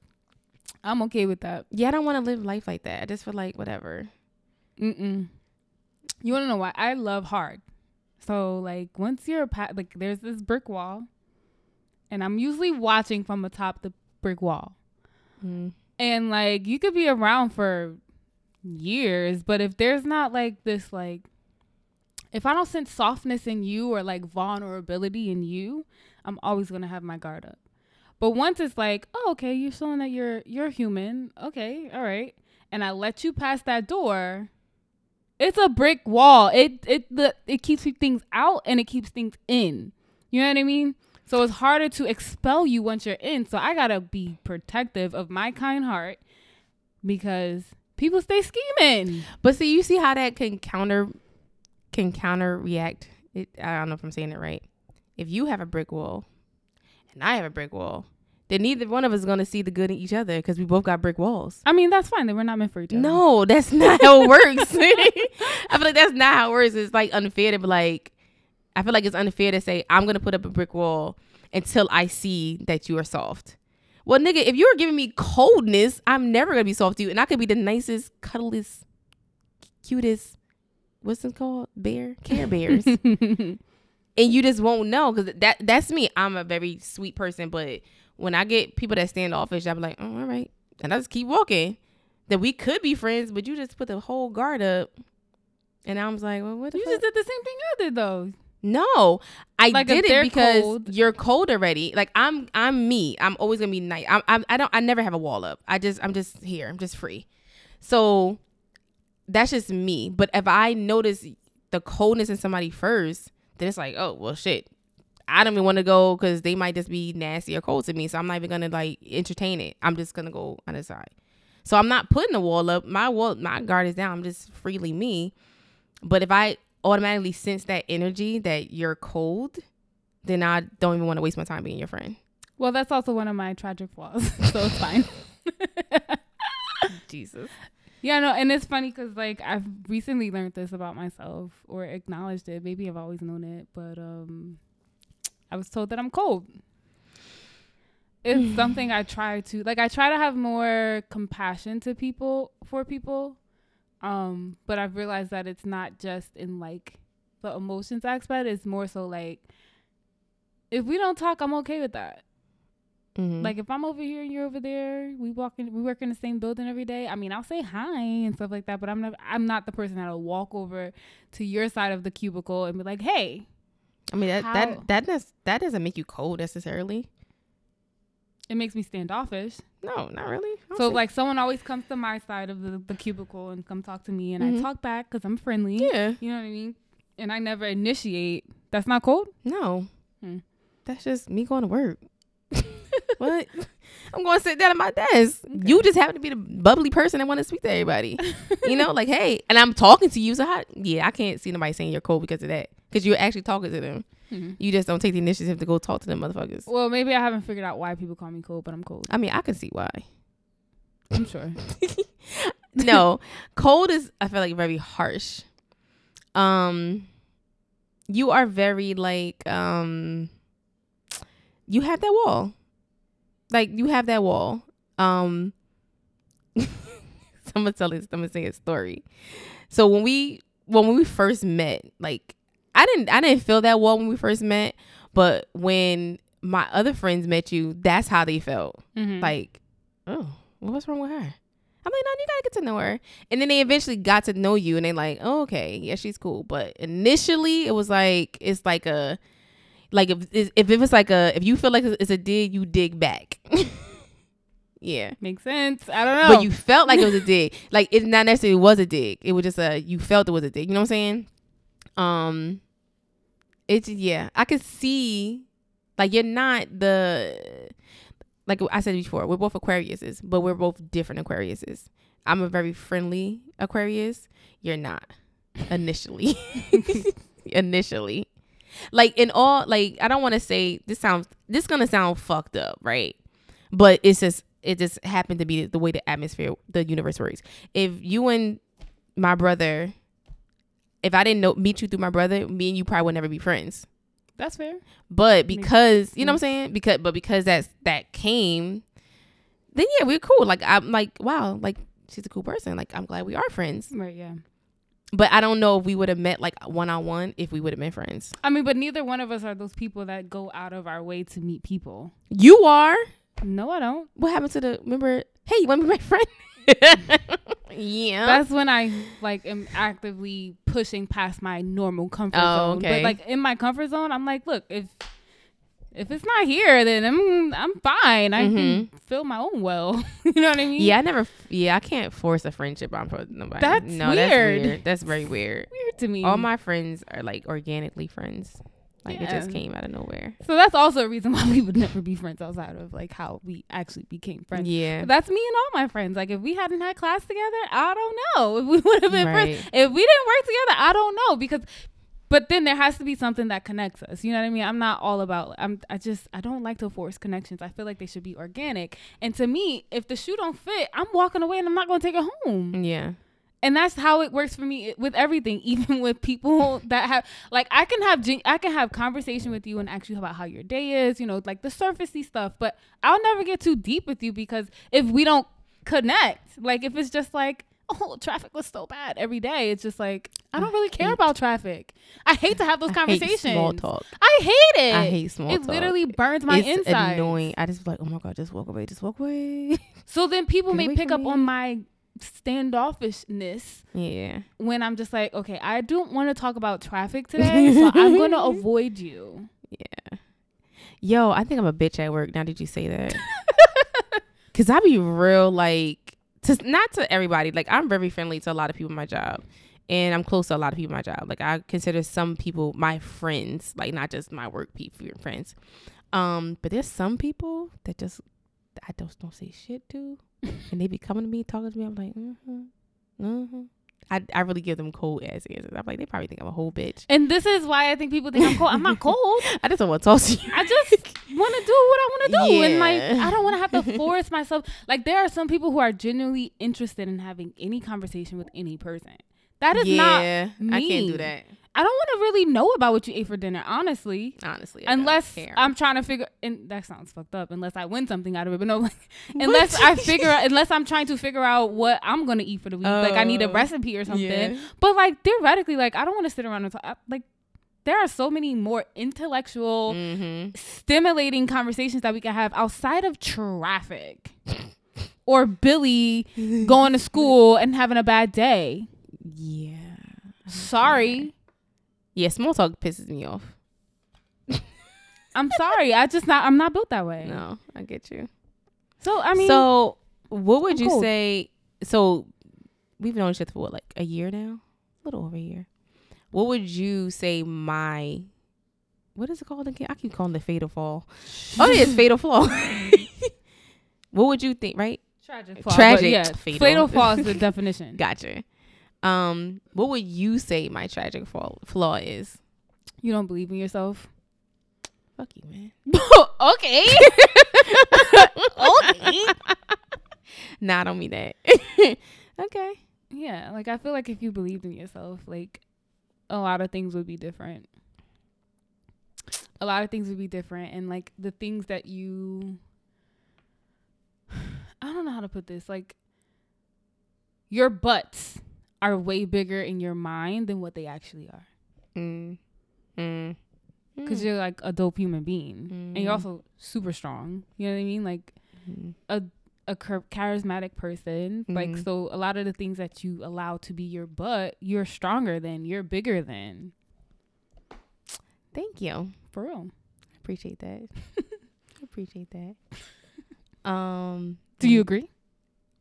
S1: I'm okay with that.
S2: Yeah, I don't want to live life like that. I just feel like whatever.
S1: Mm-mm. You want to know why? I love hard. So, like, once you're a pa- like, there's this brick wall, and I'm usually watching from atop the brick wall.
S2: Mm.
S1: And, like, you could be around for years, but if there's not, like, this, like, if I don't sense softness in you or, like, vulnerability in you, I'm always going to have my guard up. But once it's like, oh, okay, you're showing that you're you're human. Okay, all right. And I let you pass that door. It's a brick wall. It it the it keeps things out and it keeps things in. You know what I mean? So it's harder to expel you once you're in. So I gotta be protective of my kind heart because people stay scheming.
S2: But see, you see how that can counter, can counter react. It, I don't know if I'm saying it right. If you have a brick wall, and I have a brick wall, then neither one of us is gonna see the good in each other because we both got brick walls.
S1: I mean, that's fine. They were not meant for each other.
S2: No, that's not how it works. I feel like that's not how it works. It's like unfair to be like, I feel like it's unfair to say, I'm going to put up a brick wall until I see that you are soft. Well, nigga, if you're giving me coldness, I'm never going to be soft to you. And I could be the nicest, cuddliest, cutest, what's it called? Bear? Care bears. and you just won't know because that that's me. I'm a very sweet person, but when I get people that stand offish, I'm like, oh, all right, and I just keep walking. That we could be friends, but you just put the whole guard up, and I was like, well, what the
S1: you
S2: fuck?
S1: just did the same thing I did though.
S2: No, I
S1: Like, if
S2: did it
S1: they're
S2: because
S1: cold-
S2: you're cold already. Like I'm, I'm me. I'm always gonna be nice. I'm, I'm, I don't, I never have a wall up. I just, I'm just here. I'm just free. So that's just me. But if I notice the coldness in somebody first, then it's like, oh well, shit. I don't even want to go because they might just be nasty or cold to me. So I'm not even gonna like entertain it. I'm just gonna go on the side. So I'm not putting a wall up. My wall, my guard is down. I'm just freely me. But if I automatically sense that energy that you're cold, then I don't even want to waste my time being your friend.
S1: Well, that's also one of my tragic flaws, so it's fine.
S2: Jesus.
S1: Yeah, no, and it's funny because like I've recently learned this about myself or acknowledged it. Maybe I've always known it, but um, I was told that I'm cold. It's something I try to like. I try to have more compassion to people for people, um, but I've realized that it's not just in like the emotions aspect. It's more so like if we don't talk, I'm okay with that.
S2: Mhm.
S1: Like if I'm over here and you're over there, we walk in, we work in the same building every day. I mean, I'll say hi and stuff like that, but I'm not I'm not the person that'll walk over to your side of the cubicle and be like, "Hey."
S2: I mean that
S1: how-
S2: that that does that doesn't make you cold necessarily.
S1: It makes me standoffish.
S2: No, not really. I don't
S1: So
S2: think-
S1: like someone always comes to my side of the, the cubicle and come talk to me and I
S2: Mhm.
S1: talk back cuz I'm friendly.
S2: yeah,
S1: You know what I mean? And I never initiate. That's not cold?
S2: no,
S1: Hmm.
S2: that's just me going to work. what? I'm going to sit down at my desk. You just happen to be the bubbly person that want to speak to everybody. you know, like hey, and I'm talking to you. So how, yeah, I can't see nobody saying you're cold because of that. Because you're actually talking to them.
S1: Mhm.
S2: You just don't take the initiative to go talk to them motherfuckers.
S1: Well, maybe I haven't figured out why people call me cold, but I'm cold.
S2: I mean, I can see why.
S1: I'm sure.
S2: no, cold is I feel like very harsh. Um, you are very like um, you have that wall, like you have that wall. Um, I'm gonna tell this. I'm gonna say a story. So when we when we first met, like I didn't I didn't feel that wall when we first met, but when my other friends met you, that's how they felt
S1: Mhm.
S2: like, oh, well, what's wrong with her? I'm like, no, you gotta get to know her. And then they eventually got to know you, and they like, oh, okay, yeah, she's cool. But initially, it was like it's like a like if if if it was like a if you feel like it's a dig, you dig back. yeah.
S1: makes sense. I don't know.
S2: But you felt like it was a dig. like it not necessarily was a dig. It was just a you felt it was a dig. You know what I'm saying? Um it's yeah, I could see like you're not the like I said before, we're both Aquariuses, but we're both different Aquariuses. I'm a very friendly Aquarius. You're not initially. initially. Like in all like I don't want to say this sounds this going to sound fucked up, right? but it's just it just happened to be the way the atmosphere the universe works if you and my brother if i didn't know meet you through my brother me and you probably would never be friends
S1: That's fair.
S2: but because you know what i'm saying because but because that's that came then yeah we're cool like i'm like wow like she's a cool person like i'm glad we are friends
S1: Right, yeah.
S2: but i don't know if we would have met like one-on-one if we would have been friends
S1: I mean, but neither one of us are those people that go out of our way to meet people.
S2: you are
S1: No, I don't.
S2: what happened to the remember hey you want to be my friend yeah
S1: That's when I like am actively pushing past my normal comfort
S2: Oh,
S1: zone.
S2: okay.
S1: But like in my comfort zone, I'm like, look, if if it's not here, then I'm I'm fine. I can fill my own well. you know what I mean?
S2: Mm-hmm. Yeah, I never. Yeah, I can't force a friendship on for nobody.
S1: That's
S2: no,
S1: weird.
S2: that's weird. That's very weird.
S1: Weird to me.
S2: All my friends are like organically friends. Like it just
S1: Yeah.
S2: came out of nowhere.
S1: so that's also a reason why we would never be friends outside of like how we actually became friends.
S2: Yeah.
S1: That's me and all my friends. Like if we hadn't had class together, I don't know if we would have been friends.
S2: Right.
S1: If we didn't work together, I don't know because. But then there has to be something that connects us. You know what I mean? I'm not all about. I'm. I just. I don't like to force connections. I feel like they should be organic. And to me, if the shoe don't fit, I'm walking away and I'm not going to take it home
S2: Yeah.
S1: and that's how it works for me with everything even with people that have like i can have gen- i can have conversation with you and ask you about how your day is you know like the surfacey stuff but i'll never get too deep with you because if we don't connect like if it's just like oh traffic was so bad every day it's just like i don't really care about traffic i hate to have those
S2: I hate
S1: conversations
S2: small talk.
S1: i hate it
S2: I hate small
S1: it
S2: talk.
S1: literally burns my
S2: it's
S1: inside
S2: annoying. I just be like, oh my god, just walk away. Just walk away.
S1: so then people
S2: Get
S1: may
S2: away
S1: pick up
S2: from me.
S1: on my standoffishness
S2: yeah.
S1: when I'm just like, okay, I don't want to talk about traffic today, so I'm going to avoid you.
S2: Yo, I think I'm a bitch at work. Now did you say that? Cause I be real like to not to everybody. Like I'm very friendly to a lot of people in my job. And I'm close to a lot of people in my job. Like I consider some people my friends, like not just my work people friends. Um, but there's some people that just that I just don't say shit to. and they be coming to me, talking to me. I'm like, mm-hmm. Mm-hmm. I, I really give them cold ass answers. I'm like, they probably think I'm a whole bitch.
S1: And this is why I think people think I'm cold. I'm not cold.
S2: I just don't want to talk to you.
S1: I just want to do what I want to do. And like,
S2: Yeah.
S1: I don't want to have to force myself. Like, there are some people who are genuinely interested in having any conversation with any person. That is not,
S2: yeah, I can't
S1: me.
S2: do that.
S1: I don't want to really know about what you ate for dinner, honestly.
S2: honestly. I don't
S1: Unless
S2: care.
S1: I'm trying to figure, and that sounds fucked up. Unless I win something out of it, but no, like, unless I figure, out, unless I'm trying to figure out what I'm gonna eat for the week, like I need a
S2: Oh,
S1: recipe or something.
S2: yeah.
S1: But like theoretically, like I don't want to sit around and talk. I- Like there are so many more intellectual,
S2: Mm-hmm.
S1: stimulating conversations that we can have outside of traffic or Billy going to school and having a bad day.
S2: Yeah.
S1: Sorry.
S2: Yeah, small talk pisses me off.
S1: I'm sorry. I just not I'm not built that way.
S2: No, I get you.
S1: So I mean
S2: so what would
S1: I'm
S2: you
S1: cool.
S2: say? So we've known each other for what, like a year now, a little over a year. What would you say my what is it called again? I keep calling it fatal fall. Oh, yeah, it's fatal flaw. what would you think? Right?
S1: tragic
S2: fall, but
S1: Tragic.
S2: yeah,
S1: Yeah,
S2: fatal.
S1: fatal. fall is the definition.
S2: Gotcha. Um, what would you say my tragic fall flaw is?
S1: You don't believe in yourself.
S2: Fuck you, man.
S1: okay.
S2: okay. Nah, I don't mean that. okay.
S1: Yeah, like I feel like if you believed in yourself, like a lot of things would be different. A lot of things would be different and like the things that you I don't know how to put this. Like your butts are way bigger in your mind than what they actually are.
S2: Mm. Mm.
S1: because you're like a dope human being and
S2: Mhm.
S1: you're also super strong you know what i mean like
S2: Mm.
S1: a char- charismatic person like
S2: Mhm.
S1: so a lot of the things that you allow to be your butt you're stronger than you're bigger than
S2: Thank you.
S1: for real
S2: Appreciate that. I appreciate that. Um,
S1: do you agree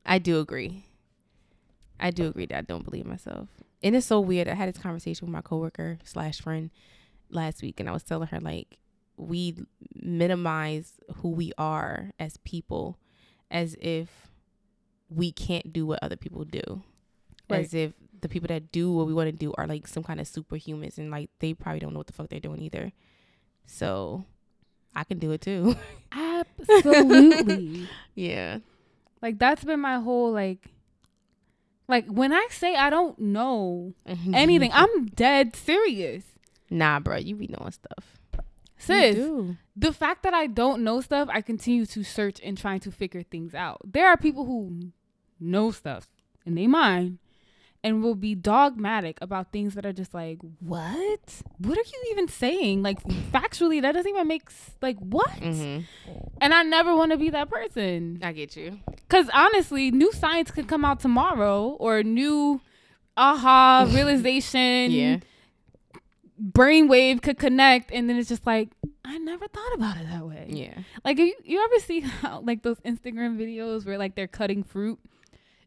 S2: I do agree. I do agree that I don't believe myself, and it's so weird. I had this conversation with my coworker slash friend last week, and I was telling her like we minimize who we are as people, as if we can't do what other people do,
S1: Right.
S2: as if the people that do what we want to do are like some kind of superhumans, and like they probably don't know what the fuck they're doing either. So, I can do it too.
S1: absolutely
S2: yeah.
S1: like that's been my whole like like when i say i don't know
S2: Mm-hmm.
S1: anything i'm dead serious
S2: Nah, bro, you be knowing stuff.
S1: sis the fact that I don't know stuff, I continue to search and trying to figure things out. There are people who know stuff and they mind and will be dogmatic about things that are just like, what? What are you even saying? Like factually, that doesn't even make s- like what?
S2: Mm-hmm.
S1: And I never want to be that person.
S2: I get you.
S1: Cause honestly, new science could come out tomorrow or new aha realization
S2: yeah.
S1: brainwave could connect and then it's just like I never thought about it that way.
S2: Yeah.
S1: Like you, you ever see how like those Instagram videos where like they're cutting fruit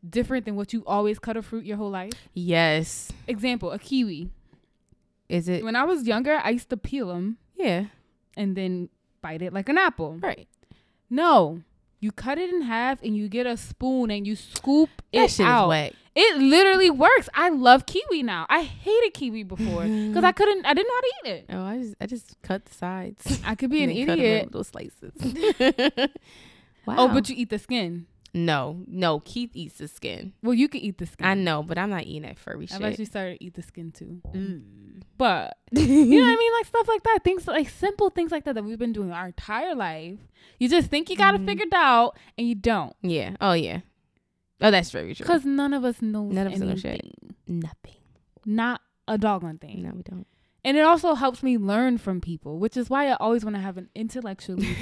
S1: different than what you always cut a fruit your whole life?
S2: Yes.
S1: Example, a kiwi.
S2: Is it?
S1: When I was younger, I used to peel them
S2: Yeah.
S1: and then bite it like an apple.
S2: Right.
S1: No. You cut it in half and you get a spoon and you scoop
S2: That
S1: it
S2: shit
S1: out.
S2: is whack.
S1: It literally works. I love kiwi now. I hated kiwi before because I couldn't I didn't know how to eat it.
S2: Oh, I just I just cut the sides.
S1: I could be an
S2: and then cut 'em in
S1: idiot.
S2: Little slices. wow.
S1: Oh, but you eat the skin.
S2: no, no. Keith eats the skin.
S1: Well, you could eat the skin.
S2: I know, but I'm not eating that furry
S1: I've
S2: shit.
S1: actually started to eat the skin too.
S2: Mm.
S1: But you
S2: Mm-hmm.
S1: know what I mean? Like stuff like that. Things like simple things like that that we've been doing our entire life. You just think you got it
S2: Mhm.
S1: figured out and you don't.
S2: yeah. Oh, yeah. Oh, that's very true.
S1: Because none of us knows
S2: None of us know
S1: anything.
S2: shit. Nothing.
S1: Not a doggone thing.
S2: No, we don't.
S1: And it also helps me learn from people, which is why I always want to have an intellectually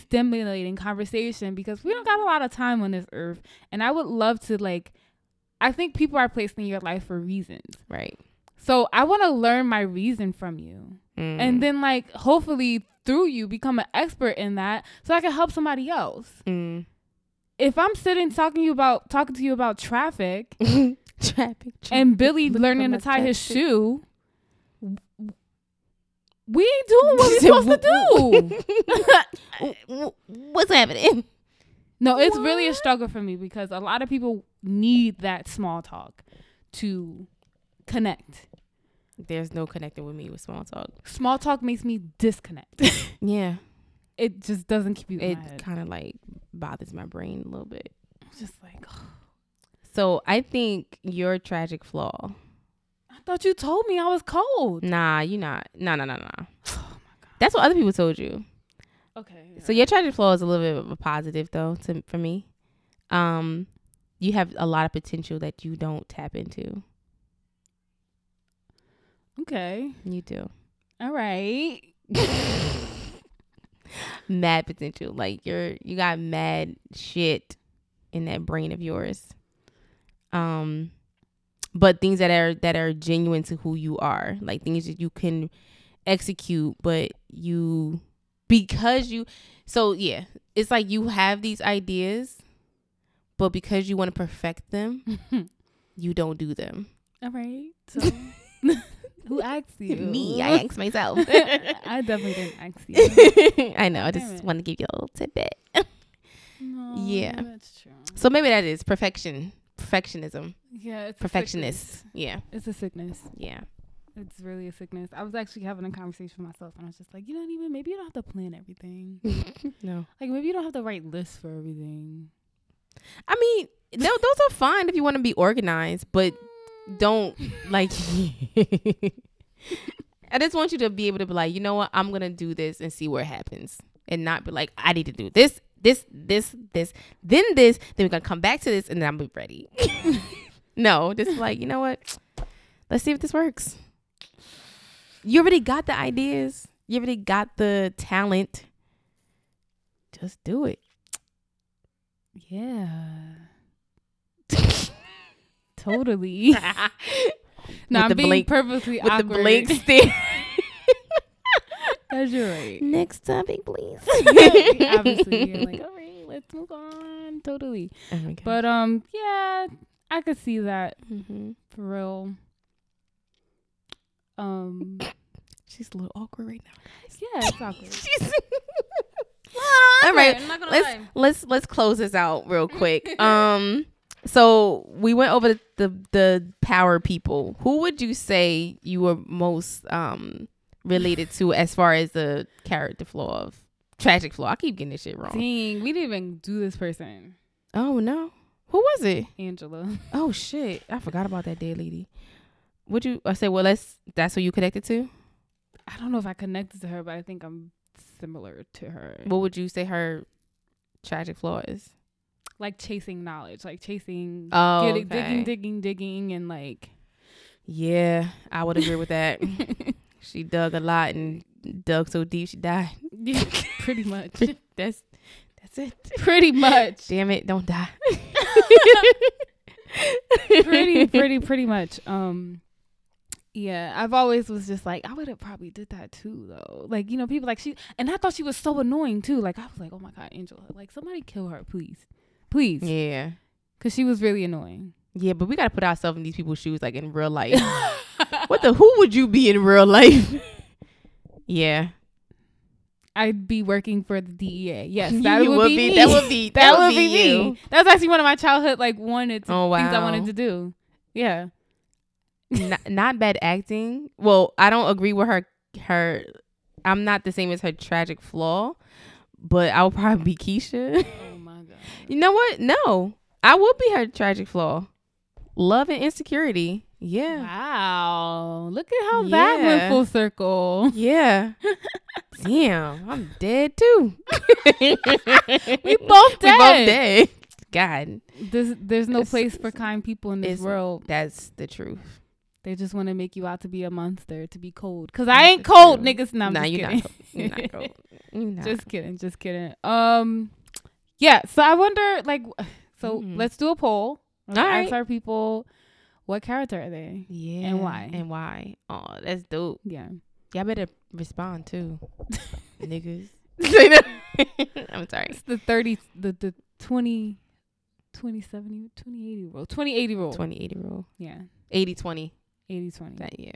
S1: stimulating conversation because we don't got a lot of time on this earth. And I would love to like I think people are placed in your life for reasons.
S2: Right.
S1: So I want to learn my reason from you.
S2: Mm.
S1: and then like hopefully through you become an expert in that so i can help somebody else
S2: Mm.
S1: if i'm sitting talking to you about talking to you about traffic
S2: Mm. traffic,
S1: and Mm. billy
S2: Look for
S1: learning
S2: my
S1: to tie his
S2: traffic.
S1: shoe w- w- we ain't doing what we
S2: She said,
S1: supposed to do
S2: traffic. What's happening?
S1: no it's really a
S2: What?
S1: struggle for me because a lot of people need that small talk to connect
S2: There's no connecting with me with small talk.
S1: small talk makes me disconnect
S2: Yeah,
S1: it just doesn't keep you in
S2: it
S1: my head.
S2: kind of like bothers my brain a little bit.
S1: It's just like "Oh,
S2: So I think your tragic flaw.
S1: i thought you told me i was cold
S2: Nah, you not. Nah, nah, nah, nah. That's what other people told you.
S1: okay
S2: So your tragic flaw is a little bit of a positive though to for me. Um, you have a lot of potential that you don't tap into.
S1: Okay.
S2: You do.
S1: All right.
S2: mad potential. Like you're you got mad shit in that brain of yours. Um but things that are that are genuine to who you are. Like things that you can execute but you because you so yeah, it's like you have these ideas but because you want to perfect them, you don't do them.
S1: All right. So, who asked you?
S2: Me, I ask myself.
S1: I definitely didn't ask you.
S2: I know. I
S1: Damn
S2: just
S1: it.
S2: want to give you a little tidbit.
S1: No,
S2: Yeah.
S1: That's true.
S2: So maybe that is perfection, perfectionism,
S1: Yeah. It's a
S2: perfectionist.
S1: sickness.
S2: Yeah,
S1: It's a sickness.
S2: yeah.
S1: It's really a sickness. I was actually having a conversation with myself, and I was just like, you don't even, maybe you don't have to plan everything.
S2: no,
S1: Like, maybe you don't have to write lists for everything.
S2: I mean, no, those are fine if you want to be organized, but don't like. I just want you to be able to be like, you know what, I'm gonna do this and see where it happens, and not be like, I need to do this, this, this, this, then this, then we're gonna come back to this, and then I'm be ready. no, just like, you know what, let's see if this works. You already got the ideas. You already got the talent. Just do it.
S1: Yeah. totally. no,
S2: With
S1: I'm
S2: the
S1: being
S2: blink-
S1: purposely
S2: with the
S1: awkward.
S2: blank stare.
S1: That's your right.
S2: Next topic, please.
S1: Obviously, yeah, like, all right, let's move on. Totally.
S2: oh my god.
S1: But um, yeah, I could see that
S2: Mhm.
S1: for real. Um,
S2: she's a little awkward right now.
S1: yeah, it's awkward.
S2: She's-
S1: all
S2: All right,
S1: I'm not gonna
S2: let's
S1: lie.
S2: let's let's close this out real quick. um, so we went over the, the the power people. Who would you say you were most um related to as far as the character flaw of tragic flaw? I keep getting this shit wrong.
S1: Dang, we didn't even do this person,
S2: Oh no, who was it?
S1: Angela.
S2: Oh shit, I forgot about that dead lady. Would you? I say, well, let's. That's who you connected to.
S1: I don't know if I connected to her, but I think I'm similar to her.
S2: What would you say her tragic flaw is?
S1: like chasing knowledge, like chasing,
S2: Oh,
S1: getting,
S2: okay.
S1: digging, digging, digging, and like
S2: Yeah, I would agree with that. she dug a lot and dug so deep she died.
S1: yeah, pretty much,
S2: That's that's it.
S1: pretty much,
S2: Damn it, don't die.
S1: pretty, pretty, pretty much. Um, yeah, I've always was just like I would have probably did that too, though. Like you know, people like she, and I thought she was so annoying too. Like I was like, oh my god, Angela, like somebody kill her, please, please, because
S2: Yeah.
S1: she was really annoying.
S2: Yeah, but we gotta put ourselves in these people's shoes like in real life. what the who would you be in real life? yeah.
S1: I'd be working for the DEA. Yes,
S2: You
S1: that would, be, me.
S2: that would be
S1: that, would be, me. That was actually one of my childhood like wanted to,
S2: Oh wow.
S1: things I wanted to do. Yeah.
S2: not, not bad acting. Well, I don't agree with her. Her, I'm not the same as her tragic flaw, but I'll probably be Keisha.
S1: Oh my god.
S2: you know what? No, I will be her tragic flaw. Love and insecurity. Yeah,
S1: Wow. Look at how that
S2: Yeah.
S1: went full circle.
S2: yeah. Damn, I'm dead too. we
S1: We both
S2: both
S1: dead.
S2: dead. God,
S1: There's, there's no
S2: It's-
S1: place for kind people in this
S2: it's-
S1: world.
S2: that's the truth.
S1: They just want to make you out to be a monster, to be cold. Cause I ain't cold,
S2: True.
S1: niggas. No, I'm
S2: nah,
S1: just
S2: you're
S1: kidding.
S2: not. You're not. Cold. You're not.
S1: just kidding. Just kidding. Um, yeah. So I wonder, like, so
S2: Mhm.
S1: let's do a poll. Let's
S2: All
S1: ask
S2: right.
S1: our people, what character are they?
S2: yeah.
S1: why?
S2: And why? Oh, that's dope.
S1: Yeah.
S2: Y'all better respond too, niggas. I'm sorry.
S1: It's the 30, the, the 20, 2070, 2080 rule. 2080 rule.
S2: 20, 80 rule.
S1: Yeah.
S2: 80, 20.
S1: 80 20.
S2: That, yeah.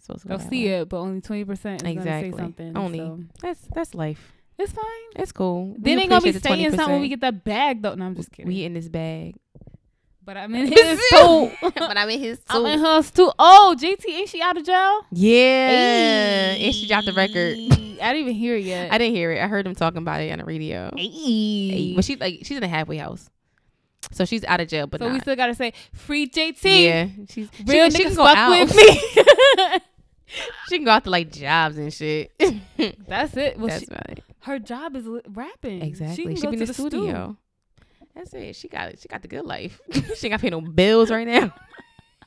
S2: So it's
S1: They'll see it, but only 20% is going to
S2: Exactly.
S1: say something.
S2: Only.
S1: So.
S2: That's, that's life.
S1: It's fine.
S2: It's cool.
S1: Then
S2: We
S1: they going to be
S2: appreciate the
S1: saying something when
S2: 20%.
S1: we get that bag, though. No, I'm just kidding.
S2: We in this bag.
S1: but I'm in his too.
S2: but I'm in his
S1: I'm in
S2: too.
S1: hers too. Oh, JT, ain't she out of jail?
S2: Yeah. Uh, And she dropped the record.
S1: Ayy. I didn't even hear it yet. Oh.
S2: I didn't hear it. I heard them talking about it on the radio. Ay,
S1: Ayy.
S2: But she like she's in a halfway house. So she's out of jail, but
S1: so we
S2: not.
S1: still got to say, free JT.
S2: yeah, she's
S1: Real
S2: she, can- she
S1: niggas
S2: can go
S1: fuck
S2: out.
S1: with me.
S2: She can go out to like jobs and shit.
S1: That's it. Well,
S2: That's
S1: she-
S2: about it.
S1: her job is li- rapping.
S2: Exactly.
S1: She can
S2: She,
S1: go
S2: be in
S1: to
S2: the, studio. That's it. She got it. She got the good life. she ain't got to pay no bills right now.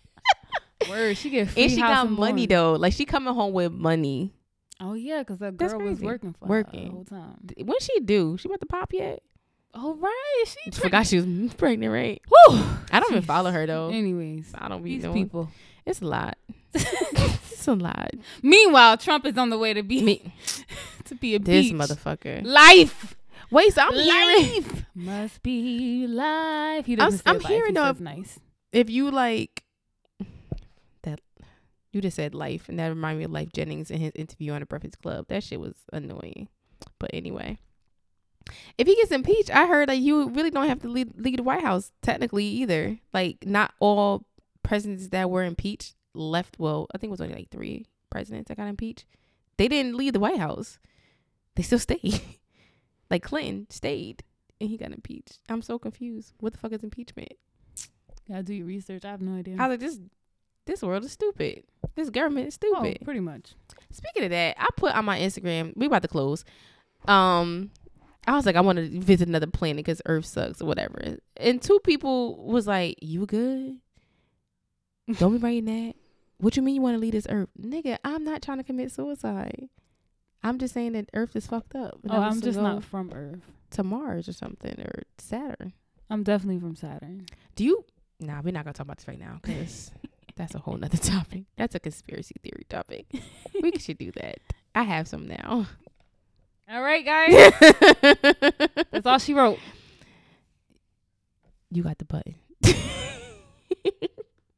S1: Word. She get free
S2: and she
S1: house
S2: got money
S1: born.
S2: though. Like she coming home with money.
S1: Oh yeah, because that
S2: That's
S1: girl was
S2: crazy.
S1: working for her
S2: Working.
S1: the whole time.
S2: Th- When she do? She about to pop yet?
S1: Oh right, she
S2: Just forgot she was pregnant, right?
S1: Whew.
S2: I don't even
S1: Jeez.
S2: follow her though.
S1: Anyways,
S2: I don't be
S1: these
S2: doing.
S1: people.
S2: It's a lot. it's a lot.
S1: Meanwhile, Trump is on the way to be
S2: Me,
S1: to be a
S2: this
S1: beach.
S2: motherfucker.
S1: life.
S2: Wait, so I'm hearing
S1: life must be life. He
S2: I'm-
S1: doesn't
S2: I'm
S1: say life, he
S2: hearing uh,
S1: says
S2: of-
S1: nice.
S2: if you like that. You just said life, and that reminded me of Life Jennings in his interview on the Breakfast Club. That shit was annoying. But anyway, if he gets impeached, I heard that you really don't have to leave, leave the White House technically either. Like, not all presidents that were impeached left. Well, I think it was only like three presidents that got impeached. They didn't leave the White House. They still stayed. like Clinton stayed, and he got impeached. I'm so confused. What the fuck is impeachment?
S1: Gotta do your research. I have no idea.
S2: I was like, this this world is stupid. This government is
S1: oh,
S2: stupid.
S1: pretty much.
S2: Speaking of that, I put on my Instagram. We about to close. Um, I was like, I want to visit another planet because Earth sucks or whatever. And two people was like, "You good? Don't be writing that. What you mean you want to leave this Earth, nigga? I'm not trying to commit suicide. I'm just saying that Earth is fucked up. and
S1: Oh,
S2: I want
S1: I'm
S2: to
S1: just
S2: go
S1: not from Earth.
S2: to Mars or something or Saturn.
S1: I'm definitely from Saturn.
S2: Do you? Nah, we're not gonna talk about this right now because that's a whole nother topic. That's a conspiracy theory topic. we should do that. I have some now.
S1: All right, guys.
S2: That's
S1: That's all she wrote.
S2: You got the button.